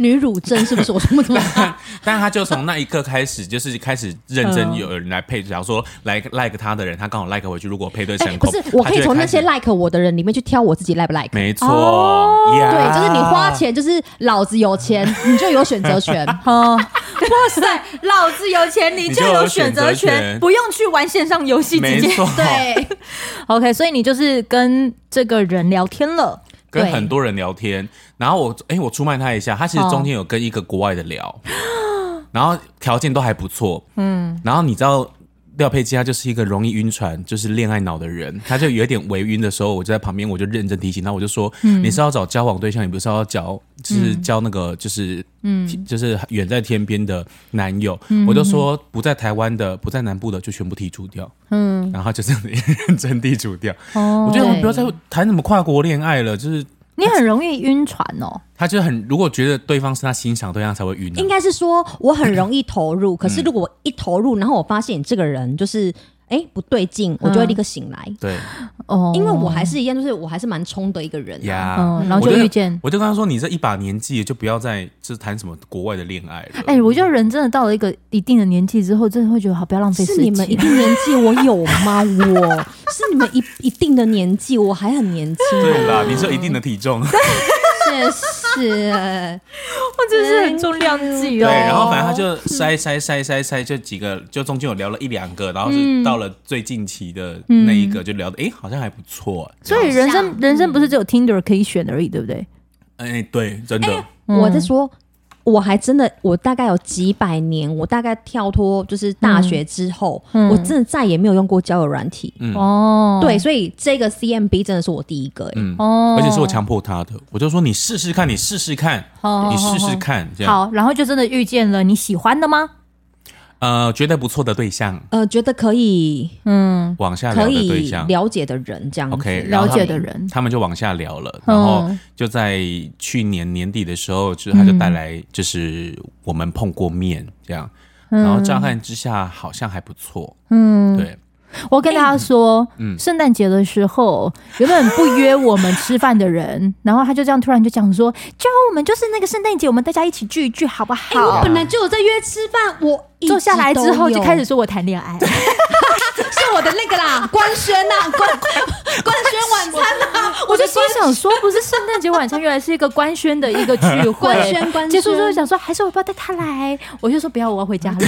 S1: 女乳症是不是？我说不 怎么哎
S2: 但但他就从那一刻开始，就是开始认真有人来配，假如说来 like 他的人，他刚好 like 回去，如果配对
S1: 哎、
S2: 成
S1: 不
S2: 功，
S1: 是，我可以从那些
S2: 他就会开始
S1: like 我的人里面去挑我自己 like 不 like。
S2: 没错，
S3: 哦
S2: 呀
S1: 对，就是你花，钱，就是老子有钱， 你就有选择 权。
S3: 哦，哇塞，老子有钱，
S2: 你
S3: 你就
S2: 就有
S3: 有选择
S2: 选择
S3: 权，
S2: 权
S3: 不用去玩线上游戏，直
S2: 没
S3: 接
S2: 错，
S1: 对，
S3: OK。所以你就是跟这个人聊天了，
S2: 跟
S1: 对
S2: 很多人聊天。然后我哎、我出卖他一下，他其实中间
S1: 哦
S2: 有跟一个国外的聊，然后条件都还不错，嗯，然后你知道。廖佩基他就是一个容易晕船，就是恋爱脑的人，他就有一点微晕的时候，我就在旁边，我就认真提醒他，我就说，
S1: 嗯
S2: 你是要找交往对象，你不是要交，就是交那个，就是，嗯，就是远在天边的男友，
S1: 嗯
S2: 我就说不在台湾的，不在南部的，就全部剔除掉，嗯，然后他就这样子 认真剔除掉，
S1: 哦
S2: 我觉得我们不要再谈什么跨国恋爱了，就是
S3: 你很容易晕船哦。
S2: 他就很，如果觉得对方是他欣赏对象才会晕、啊，
S1: 应该是说我很容易投入，可是如果我一投入，然后我发现你这个人就是哎、不对劲，我就会立刻醒来，
S2: 对
S3: 哦，
S1: 因为我还是一样，就是我还是蛮冲的一个人、啊。
S2: 呀。
S3: 嗯然后
S2: 我
S3: 就
S2: 就
S3: 遇见
S2: 我就跟他说：“你这一把年纪，就不要再就是谈什么国外的恋爱了。
S3: 哎、我觉得人真的到了一个一定的年纪之后，真的会觉得好不要浪费时
S1: 是
S3: 间。
S1: 你们一定年纪，我有吗？我是你们一一定的年纪，我还很年轻、
S2: 对啦，你是有一定的体 重，对。
S1: 谢谢。
S3: 我哦真是很重量级哦。
S2: 然后反正他就筛筛筛筛筛，就几个，就中间有聊了一两个，然后是到了最近期的那一个，就聊的哎、好像还不错。
S3: 嗯所以人生
S1: 像
S3: 人生不是只有 Tinder 可以选而已，对不对？
S2: 哎、对，真的，
S1: 我在说，我还真的，我大概有几百年，我大概跳脱就是大学之后，我真的再也没有用过交友软体。
S2: 嗯
S3: 哦，
S1: 对，，所以这个 CMB 真的是我第一个、欸。
S2: 嗯，
S3: 哦
S2: 而且是我强迫他的，我就说你试试看，你试试看，
S3: 好
S2: 你
S3: 好
S2: 试
S3: 好
S2: 试看，这样，
S3: 哦好，然后就真的遇见了你喜欢的吗？
S2: 呃，觉得不错的对象，
S1: 呃，觉得可以
S3: 嗯，
S2: 往下聊
S1: 可
S2: 的对
S1: 以
S2: 象，
S1: 了解的人这样子
S2: OK，然
S3: 了
S2: 后
S3: 解的人，哦
S2: 他们就往下聊了，然后就在去年年底的时候，就是他就带
S3: 嗯
S2: 来，就是我们碰过面这样，然后乍看之下好像还不错，嗯，对，
S3: 我跟大家说，
S2: 嗯
S3: 圣诞节的时候原本不约我们吃饭的人，然后他就这样突然就讲说，叫我们就是那个圣诞节，我们大家一起聚一聚，好不
S1: 哎、我
S3: 好？
S1: 本来就有在约吃饭，我一直
S3: 坐下来之后
S1: 都有
S3: 就开始，说我谈恋爱，
S1: 是我的那个 啦，官宣呐、官官宣晚餐啊呐、
S3: 我
S1: 的
S3: 就心想 说，不是圣诞节晚餐，原来是一个官宣的一个聚 会，
S1: 官宣官宣
S3: 结束之后想说，还是我不要带他来，我就说不要，我要回家了。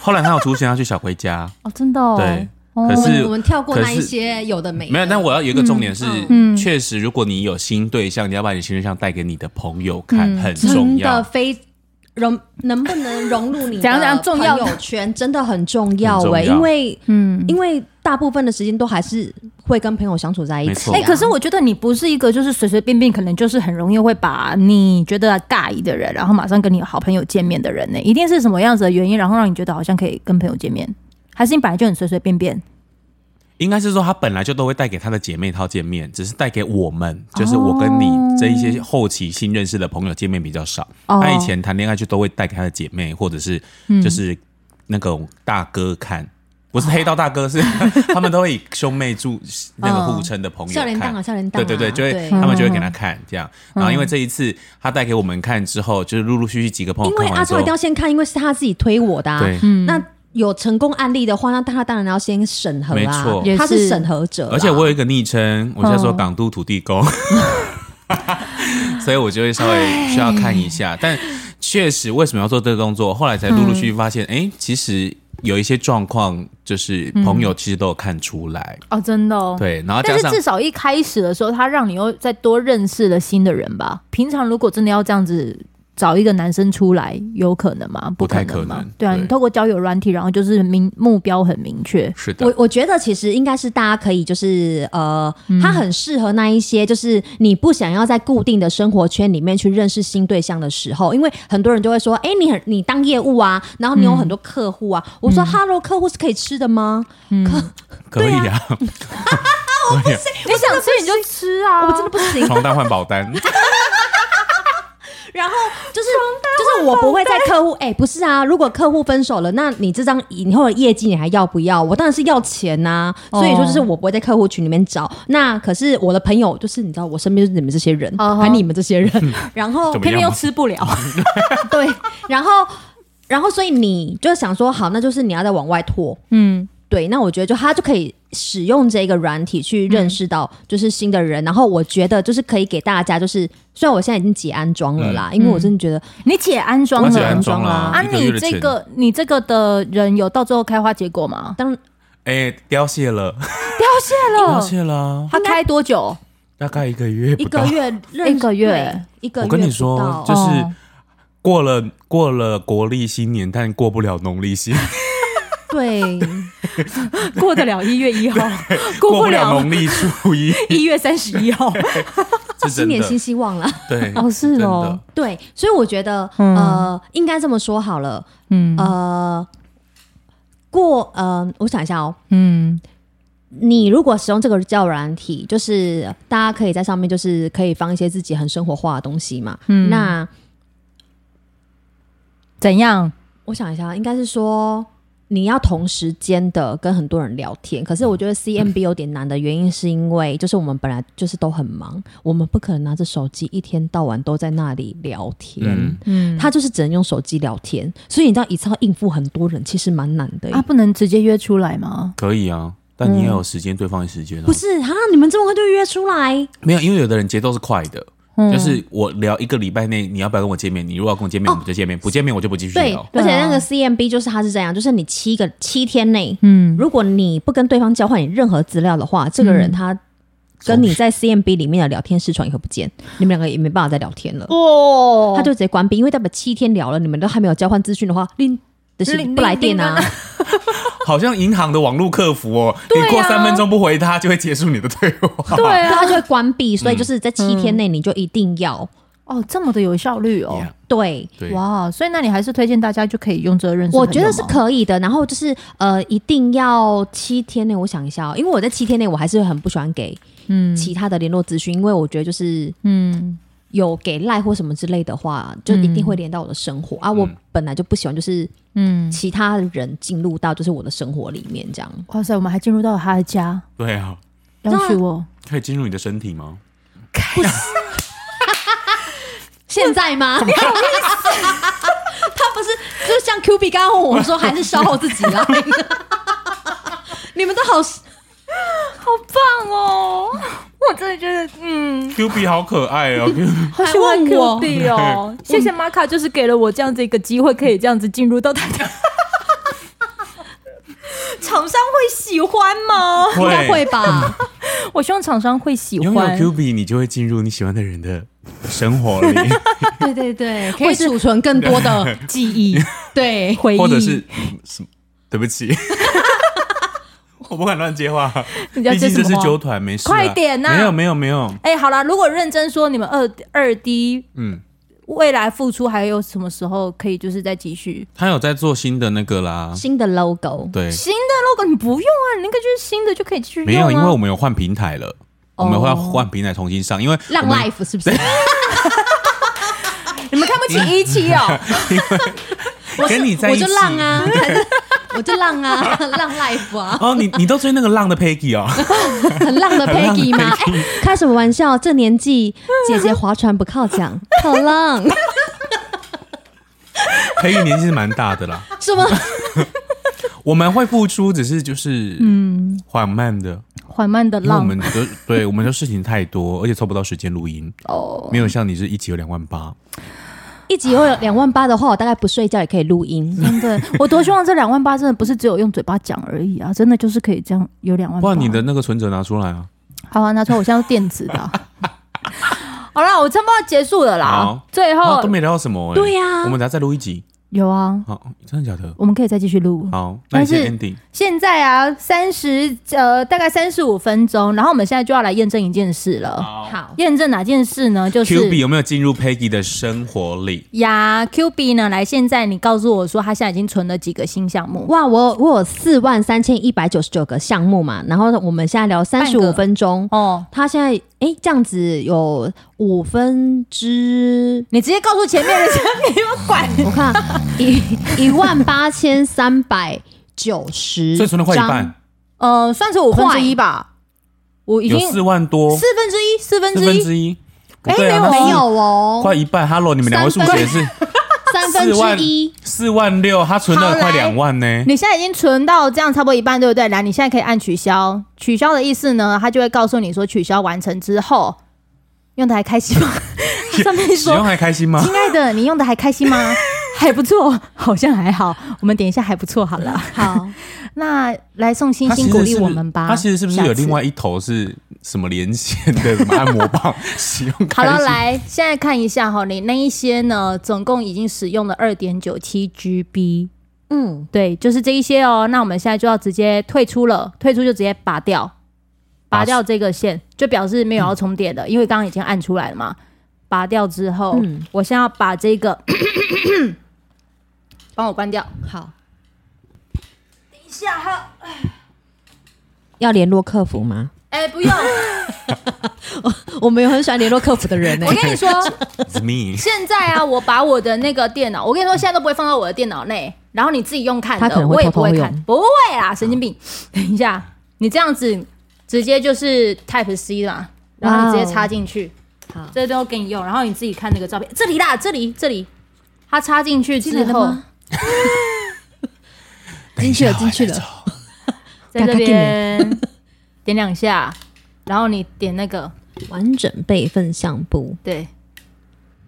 S2: 后来他有出现，他去小葵家，
S3: 哦，真的、哦，
S2: 对，
S3: 哦
S2: 可
S1: 我
S2: 是
S1: 们我们跳过
S2: 可
S1: 那一
S2: 是
S1: 些有的没的
S2: 没有，但我要有一个重点是，
S3: 嗯
S2: 确实，如果你有新对象，你要把你新对象带给你的朋友
S3: 嗯
S2: 看，很重
S1: 真的
S2: 要。
S1: 非融能不能融入你
S3: 怎样怎样
S1: 的
S3: 重
S1: 朋
S3: 要
S1: 友圈真的很重要
S2: 很重
S1: 哎、
S2: 要
S1: 因为
S3: 嗯。
S1: 因为大部分的时间都还是会跟朋友相处在一
S2: 没
S1: 起、
S2: 错
S1: 啊。
S3: 哎、可是我觉得你不是一个就是随随便便，可能就是很容易会把你觉得尬意的人，然后马上跟你好朋友见面的人呢、一定是什么样子的原因，然后让你觉得好像可以跟朋友见面，还是你本来就很随随便便？
S2: 应该是说，他本来就都会带给他的姐妹套见面，只是带给我们，就是我跟你这一些后期新认识的朋友见面比较少。
S3: 哦
S2: 他以前谈恋爱就都会带给他的姐妹，或者是
S1: 嗯
S2: 就是那种大哥看，不是黑道大哥，是
S1: 哦
S2: 他们都会以兄妹住那个互称的朋友
S1: 笑
S2: 看。
S1: 脸档啊，笑脸档、
S2: 对
S1: 啊，
S2: 对对，就会嗯
S1: 对嗯
S2: 他们就会给他看这样。然后因为这一次他带给我们看之后，就是陆陆续续几个朋友
S1: 因为
S2: 看
S1: 阿
S2: 完之
S1: 超
S2: 后
S1: 一定，要先看，因为是他自己推我的、啊。
S2: 对，
S3: 嗯
S1: 那有成功案例的话，那他当然要先审核
S2: 没
S1: 啊
S2: 错，
S1: 他
S3: 也
S1: 是
S3: 是
S1: 审核者啊啦。
S2: 而且我有一个昵称，我叫
S3: 嗯
S2: 做港都土地公， 所以我就会稍微
S3: 哎
S2: 需要看一下。但确实，为什么要做这个动作？后来才陆陆续
S3: 嗯
S2: 续发现，哎、其实有一些状况，就是朋友其实都有看出来，
S3: 哦，真的嗯哦。
S2: 对，然后加
S3: 但是
S2: 上
S3: 至。少一开始的时候，他让你又再多认识了新的人吧。平常如果真的要这样子找一个男生出来，有可能吗？
S2: 不太
S3: 可能嘛
S2: 可能。
S3: 对啊，
S2: 对
S3: 你透过交友软体，然后就是明目标很明确。
S2: 是的
S1: 我，我觉得其实应该是大家可以就是呃，
S3: 嗯
S1: 他很适合那一些就是你不想要在固定的生活圈里面去认识新对象的时候，因为很多人就会说，哎、你很你当业务啊，然后你
S3: 嗯
S1: 有很多客户啊，我说哈喽，客户是可以吃的吗？
S2: 可以啊，可以啊，
S3: 你想吃你就吃啊！哦
S1: 我真的不行。
S2: 床单换保单，
S1: 然后就是就是我不会在客户哎、不是啊，如果客户分手了，那你这张以后的业绩你还要不要？我当然是要钱呐、
S3: 哦
S1: 所以说，就是我不会在客户群里面找。那可是我的朋友，就是你知道，我身边就是你们这些人，
S3: 哦吼
S1: 还你们这些人，然后
S2: 嗯 怎么
S3: 偏
S2: 样
S3: 偏又
S2: 嘛
S3: 吃不了。
S1: 对，然后然后所以你就想说，好，那就是你要再往外拓，
S3: 嗯，
S1: 对，那我觉得就他就可以使用这个软体
S3: 嗯
S1: 去认识到就是新的人，然后我觉得就是可以给大家，就是虽然我现在已经解安装了
S2: 嗯
S1: 啦，
S3: 嗯
S1: 因为我真的觉得
S3: 你姐安装
S2: 我
S3: 了，
S2: 姐安装了啊
S3: 啊，
S2: 一个月
S3: 你
S2: 的
S3: 这
S2: 钱
S3: 个你这个的人有到最后开花结果吗？
S1: 当
S2: 哎，凋谢了，
S3: 凋谢
S2: 凋
S3: 了。
S2: 谢了啊，
S3: 他开多久？
S2: 大概一个月
S1: 一
S2: 不
S1: 个
S2: 到。
S1: 月认
S3: 一个月
S1: 对一个月
S2: 我跟你
S1: 不
S2: 说
S1: 到，
S2: 就是
S3: 哦
S2: 过了过了国历新年，但过不了农历新，
S1: 对，
S3: 过得了一月一号，
S2: 过
S3: 不
S2: 了
S3: 了
S2: 农历初一，
S3: 一月三十一号。
S2: 是
S1: 新
S2: 真的
S1: 年。新希望了。
S2: 对，
S3: 哦是哦
S1: 对，所以我觉得，
S3: 嗯
S1: 呃，应该这么说好了，
S3: 嗯
S1: 呃，过，呃，我想一下哦，
S3: 嗯，
S1: 你如果使用这个交友软体，就是大家可以在上面，就是可以放一些自己很生活化的东西嘛。
S3: 嗯
S1: 那
S3: 怎样？
S1: 我想一下，应该是说你要同时间的跟很多人聊天，可是我觉得 CMB 有点难的原因是因为，就是我们本来就是都很忙，我们不可能拿着手机一天到晚都在那里聊天。
S2: 嗯
S3: 嗯，
S1: 他就是只能用手机聊天，所以你知道一次要应付很多人，其实蛮难的耶、
S3: 啊，不能直接约出来吗？
S2: 可以啊，但你也有时间，对方的时间
S3: 嗯
S2: 啊。
S1: 不是哈？你们这么快就约出来？
S2: 没有，因为有的人节奏是快的，
S3: 嗯
S2: 就是我聊一个礼拜内，你要不要跟我见面？你如果要跟我见面，
S1: 哦
S2: 我们就见面；不见面，我就不继续
S1: 对，
S2: 聊。
S1: 而
S3: 对
S1: 且
S3: 啊
S1: 那个 CMB 就是它是这样，就是你七个七天内，
S3: 嗯，
S1: 如果你不跟对方交换你任何资料的话，这个人他跟你在 CMB 里面的聊天视窗也会不见，你们两个也没办法再聊天了，
S3: 哦
S1: 他就直接关闭，因为代表七天聊了，你们都还没有交换资讯的话，另就是
S3: 另
S1: 不来电啊
S3: 另，
S2: 好像银行的网络客服哦，
S3: 对啊
S2: 你过三分钟不回他，就会结束你的对 话。
S3: 对
S1: 对，
S3: 啊
S1: 他，就会关闭，所以就是在七天内你就一定要
S3: 哦，这么的有效率哦
S2: Yeah，，
S1: 对。
S2: 对，
S3: 哇，所以那你还是推荐大家就可以用这个认识朋友
S1: 我
S3: 吗，
S1: 觉得是可以的，然后就是呃，一定要七天内，我想一下、哦，因为我在七天内我还是很不喜欢给
S3: 嗯
S1: 其他的联络资讯，因为我觉得就是
S3: 嗯
S1: 有给赖或什么之类的话，就一定会连到我的生活、啊。我本来就不喜欢就是
S3: 嗯，
S1: 其他人进入到就是我的生活里面这样。
S3: 哇塞，我们还进入到了他的家，
S2: 对啊，
S3: 要娶我，
S2: 可以进入你的身体吗？
S1: 现在 吗？他 不是就像 Q B 刚刚问我说，还是稍后自己来。你们都 好，
S3: 好棒哦！我真的觉得，嗯，
S2: Q B 好可爱 哦、
S3: 好喜欢 Q B 哦， 谢谢玛卡，就是给了我这样子一个机会，可以这样子进入到他 的。
S4: 厂商会喜欢 吗？
S1: 应该会吧？
S3: 我希望厂商会喜
S2: 拥有
S3: 欢，
S2: Q B，你就会进入你喜欢的人的生活 里，
S1: 对对对，可以储存更多的
S3: 记忆、
S1: 对。
S3: 回忆，
S2: 或者是什么？对不起， 我不敢乱接话，
S3: 你要
S2: 毕
S3: 接
S2: 竟
S3: 什
S2: 这是
S3: 么
S2: 纠
S3: 话？
S2: 团，没事啊、
S3: 快点呐
S2: 没有没有没有，
S3: 哎、好啦，如果认真说，你们二二 D
S2: 嗯，
S3: 未来付出还有什么时候可以就是再继续？
S2: 他有在做新的那个啦，
S1: 新的 logo，
S2: 对，
S3: 新的 logo 你不用啊，你那个就是新的就可以继续
S2: 没
S3: 用、啊。
S2: 有，因为我们有换平台了，我们会要换平台重新上，因为
S1: 浪
S2: 我们
S1: life 是不是？
S3: 你们看不起一期哦，
S2: 跟你在
S1: 我
S2: 一起
S1: 就浪啊，我就浪啊， 浪 life 啊，
S2: 哦，你你都追那个浪的 Peggy 哦，
S1: 很浪的 Peggy 吗？哎开什么玩笑？这年纪，姐姐划船不靠 桨，好 浪。
S2: ，Peggy 年纪是蛮大的啦，
S1: 什么？
S2: 我们会付出，只是就是嗯缓慢的，
S3: 缓慢的
S2: 因为我
S3: 浪
S2: 们都对我们的事情太多，而且凑不到时间录音，
S3: 哦，
S2: 没有像你是一集有两万八，
S1: 一集会有两万八的话，我大概不睡觉也可以录音。
S3: 真的，我多希望这两万八真的不是只有用嘴巴讲而已啊，真的就是可以这样有两万
S2: 不
S3: 八。
S2: 然你的那个存折拿出来啊，
S3: 好啊，拿出来，我现在用电子的 啊、好啦，我差不多要结束了啦
S2: 好。
S3: 最后、
S2: 啊都没聊到什么，哎
S1: 对呀
S2: 我们等下再录一集，
S3: 有啊，
S2: 好，真的假的？
S3: 我们可以再继续录。
S2: 好，那你先
S3: 但
S2: ending，
S3: 现在啊，三十呃，大概三十五分钟，然后我们现在就要来验证一件事了。
S2: 好
S1: 好，
S3: 验证哪件事呢？就是
S2: Q B 有没有进入 Peggy 的生活里？
S3: 呀，Q B 呢？来，现在你告诉我说，他现在已经存了几个新项目？
S1: 哇，我我有四万三千一百九十九个项目嘛，然后我们现在聊三十五分钟，
S3: 哦，
S1: 他现在哎、这样子有五分之，
S3: 你直接告诉前面的人，你们管。
S1: 我 看一一万八千三百九十，
S2: 所以存了快一半，，
S3: 呃，算是五分之一吧。我已
S2: 有
S3: 经
S2: 四万多，
S3: 四分之一，四分
S2: 四
S3: 之
S2: 分
S3: 一，
S2: 之一。
S3: 哎
S2: 不对啊
S3: 没有
S2: 那是
S1: 没有哦，
S2: 快一半。Hello，你们两位数
S3: 三
S2: 学
S3: 分
S2: 是
S1: 三分之一，
S2: 四万六，他存了
S3: 好来
S2: 快两万呢。
S3: 你现在已经存到这样差不多一半，对不对？来，你现在可以按取消。取消的意思呢，他就会告诉你说，取消完成之后，用的还开心吗？ 上面
S2: 使用
S3: 说，
S2: 还开心吗？
S3: 亲爱的，你用的还开心吗？还不错，好像还好。我们点一下还不错好 了。
S1: 好，
S3: 那来送星
S2: 他其
S3: 星
S2: 实
S3: 鼓
S2: 是
S3: 励
S2: 不
S3: 我
S2: 是
S3: 们吧。
S2: 他其实是不是有
S3: 下次
S2: 另外一头是什么连线的什么按摩 棒使用？
S3: 好了，，来，现在看一下哈，你那一些呢，总共已经使用了二点九七 GB，
S1: 嗯，
S3: 对，就是这一些哦。那我们现在就要直接退出了，退出就直接拔掉，拔掉这个线，就表示没有要重叠的，因为刚刚已经按出来了嘛。拔掉之后，
S1: 嗯
S3: 我现在要把这个，帮我关掉。
S1: 嗯好，要联络客服吗？
S3: 哎、不用，
S1: 我们有很喜欢联络客服的人呢、欸
S3: 我跟你说，
S2: It's me。
S3: 现在啊，我把我的那个电脑，我跟你说，现在都不会放到我的电脑内，然后你自己用看
S1: 他
S3: 的，
S1: 可能会
S3: 我也不
S1: 偷偷
S3: 会
S1: 用
S3: 看，不会啦，神经病。 等一下，你这样子直接就是 Type C 啦，然后你直接插进去，
S1: 哦好
S3: 这都给你用，然后你自己看那个照片，这里啦，这里，这里，它插进去之
S1: 进来了
S3: 后，
S1: 吗进去了，进
S2: 哎
S1: 去了。
S3: 在这
S1: 赶快进来
S3: 边 点两下，然后你点那个，
S1: 完整备份相簿
S3: 对，你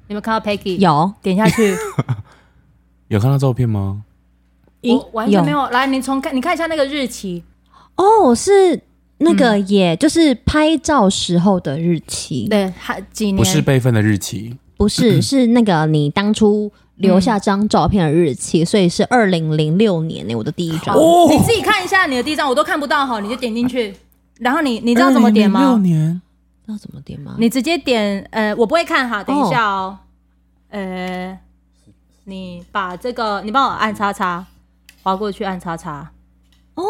S3: 有没有看到 Peggy？，
S1: 有，
S3: 点 下去，
S2: 有看到照片吗？
S3: 我完全没有。来，你重看，你看一下那个日期，
S1: 哦，是那个
S3: 嗯
S1: 耶，就是拍照时候的日期，
S3: 对，还几年？
S2: 不是备份的日期，
S1: 不是是那个你当初留下张照片的日期，所以是二零零六年欸呢，我的第一张。
S2: 哦
S3: 你自己看一下你的地藏，我都看不到哈，你就点进去，然后你哎你知道怎么点
S2: 六
S3: 吗？
S2: 年，
S1: 要怎么点吗？
S3: 你直接点呃，我不会看哈，等一下哦，呃，你把这个你帮我按叉叉，划过去按叉叉，
S1: 哦，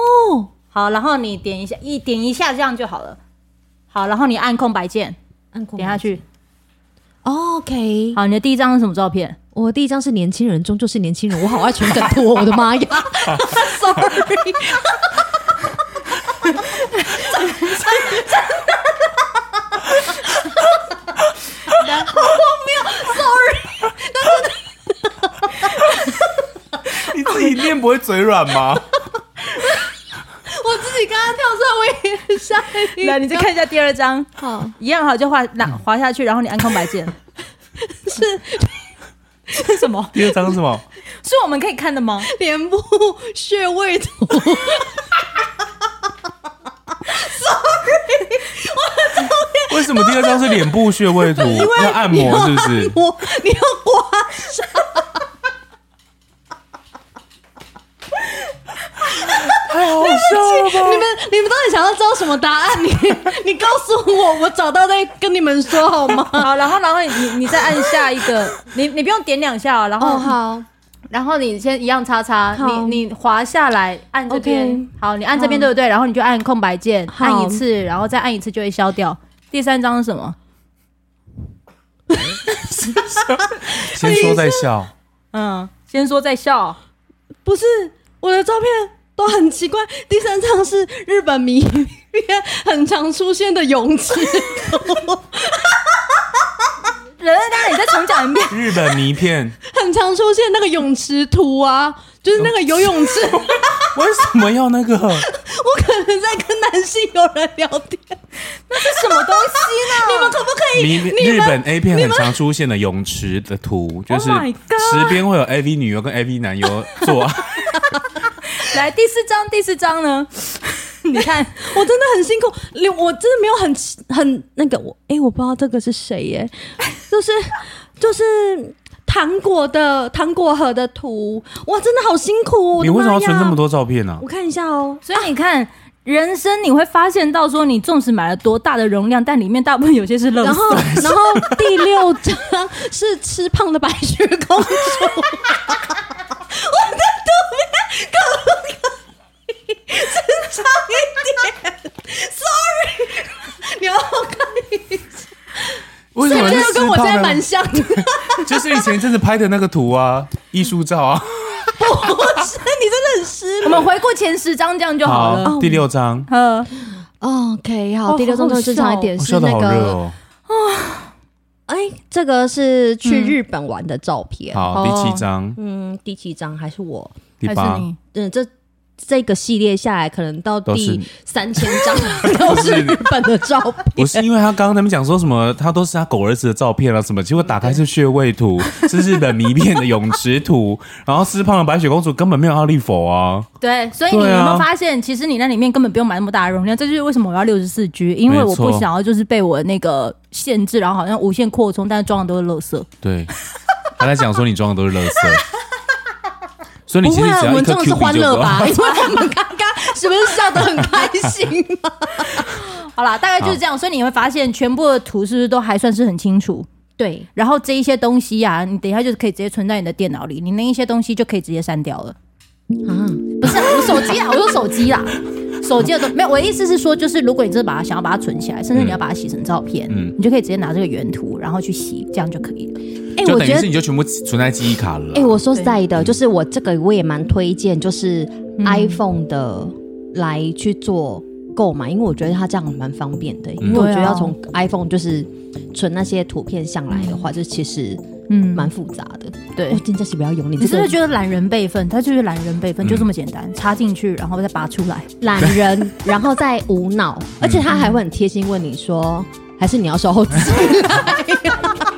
S3: 好，然后你点一下一点一下这样就好了，好，然后你按空白键
S1: 按空白
S3: 点下去，
S1: 哦 OK，
S3: 好，你的第一张是什么照片？
S1: 我第一张是年轻人，终究是年轻人，我好爱全梗图哦，我的妈呀 ！Sorry，
S2: 你自己念不会嘴软吗？
S1: 我自己你刚刚跳出来，我也吓一
S3: 来，你再看一下第二张，
S1: 好，
S3: 一样好就滑拿滑下去，然后你按空白键，是 是什么？
S2: 第二张是什么？
S3: 是我们可以看的吗？
S1: 脸部穴位图。
S2: 为什么第二张是脸部 穴位图？要按摩是不是？
S1: 我你要刮
S2: 太好笑哦了吧！
S1: 你们你们到底想要知道什么答案？你你告诉我，我找到再跟你们说好吗？
S3: 好，然后然后你你你再按下一 个，你你不用点两下、哦，然后、
S1: 哦，好，
S3: 然后你先一样叉叉，
S1: 好
S3: 你你滑下来按这边
S1: OK
S3: 好，你按这边对不对？然后你就按空白键，
S1: 好
S3: 按一次，然后再按一次就会消掉。第三张是什么？
S2: 先说再笑，，
S3: 嗯，先说再 笑，
S1: 不是我的照片都很奇怪。第三张是日本迷片很常出现的泳池，
S3: 人家你再重讲一遍
S2: 日本泥片，
S1: 很常出现那个泳池图啊，就是那个游泳池。
S2: 为什么要那个？
S1: 我可能在跟男性友人聊天，
S3: 这什么东西
S1: 你
S3: 呢？
S1: 们可不可以？
S2: 迷日本 A 片很常出现的泳池的图，就是
S3: Oh my God
S2: 池边会有 AV 女优跟 AV 男优 做爱。
S3: 来第四张，第四张 呢？你看，
S1: 我真的很辛苦，连我真的没有很很那个我，哎、我不知道这个是谁耶， 就是就是糖果的糖果盒的图，哇，真的好辛苦、哦！
S2: 你为什么要存这么
S1: 多？
S2: 多照片呢、啊
S1: 我看一下 哦，
S3: 所以你看。人生你会发现到说，你纵使买了多大的容量，但里面大部分有些是垃
S1: 然
S3: 圾
S1: 后。 然后第六张 是吃胖的白雪公主，我的图片可不可以正常一点？Sorry，你要看
S2: 为什么
S1: 这
S2: 是
S1: 就跟我现在蛮像的，
S2: 就是以前一阵子拍的那个图啊，艺术照啊。
S1: 是你真的很失
S3: 我们回顾前十张，这样就好了。
S2: 好，第六
S1: 哦
S2: 张，
S3: 呃，
S1: OK，
S3: 哦
S1: 好，第六
S3: 好
S1: 种
S3: 好
S1: 就正常一点
S2: 我
S1: 是
S2: 笑的
S1: 那
S2: 好热
S1: 个，
S2: 哦。
S1: 哎，这个是去日本玩的照片。
S2: 好，第七张，
S1: 嗯，第七张还是我，
S2: 第
S3: 还
S2: 八
S3: 是，你
S1: 嗯，这这个系列下来，可能到
S2: 都是
S1: 第三千张都是日本的照片。
S2: 不是因为他刚刚他们讲说什么，他都是他狗儿子的照片啊什么，结果打开是穴位 图，是日本迷片的泳池图， 然后吃胖的白雪公主根本没有奥利佛啊，
S3: 对，所以你有
S2: 对啊
S3: 没有发现，其实你那里面根本不用买那么大的容量？这就是为什么我要六十四 G，因为
S2: 没
S3: 我不
S2: 错
S3: 想要就是被我那个限制，然后好像无限扩充，但是装的都是垃圾。
S2: 对，他在讲说你装的都是垃圾， 所以你
S1: 不
S2: 其
S1: 会
S2: 实
S1: 啊，我
S2: 只要一
S1: 们
S2: 颗
S1: 这种
S2: Q
S1: 是欢
S2: 币就
S1: 乐
S2: 够
S1: 吧？
S2: 了。
S1: 因为我们刚刚是不是笑得很开心啊 嘛？
S3: 好啦，大概就是这样。所以你会发现，全部的图是不是都还算是很清楚？
S1: 对，
S3: 然后这一些东西呀、你等一下就可以直接存在你的电脑里，你那一些东西就可以直接删掉了。啊
S1: 嗯，
S3: 不是、我手机啊，我说手 机啦，手机的啊都没有。我的意思是说，就是如果你真的把它想要把它存起来，甚至你要把它洗成照片，
S2: 嗯
S3: 你就可以直接拿这个原图，然后去洗，这样就可以了。
S1: 哎，
S2: 就
S1: 我
S2: 等于
S1: 觉
S2: 是
S1: 得
S2: 你。就全部存在记忆卡了啦。
S1: 哎、我说实在的，就是我这个我也蛮推荐，就是嗯 iPhone 的来去做购买，因为我觉得它这样蛮方便的。因为我觉得要从 iPhone 就是存那些图片上来的话，就其实
S3: 嗯，
S1: 蛮复杂的。
S3: 对
S1: 我。真的是不要用你这
S3: 你是不嗯
S1: 个
S3: 是觉得懒人备份？它就是懒人备份，就这么简单，插进去然后再拔出来。
S1: 懒人，然后再无脑，
S2: 嗯
S1: 而且他还会很贴心问你说，还是你要售后资料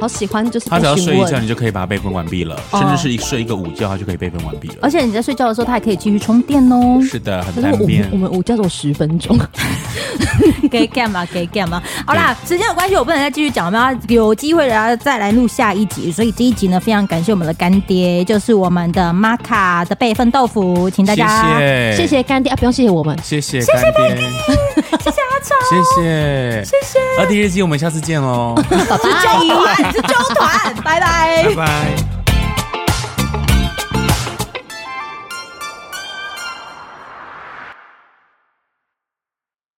S1: 好喜欢就是
S2: 他
S1: 被
S2: 只要睡
S1: 询
S2: 一觉，
S1: 问，
S2: 你就可以把它备份完毕了，甚至是一睡一个午觉，他就可以备份完毕了。
S3: 而且你在睡觉的时候，它还可以继续充电哦。
S2: 是的，很
S1: 可是
S2: 方
S1: 我们我
S2: 便。
S1: 们我叫做十分钟。
S3: 给干 嘛？给干嘛？好啦，时间有关系，我不能再继续讲了。我们要有机会然后再来录下一集。所以这一集呢，非常感谢我们的干爹，就是我们的玛卡的备份豆腐，请大家
S2: 谢
S1: 谢谢干爹啊，不用谢谢我们，
S2: 谢谢干爹，
S3: 谢谢阿超，
S2: 谢谢谢
S3: 谢。
S2: 二弟日记，我们下次见喽，
S1: 拜拜。
S3: 是纠团，是纠团，拜拜
S2: 哦拜拜。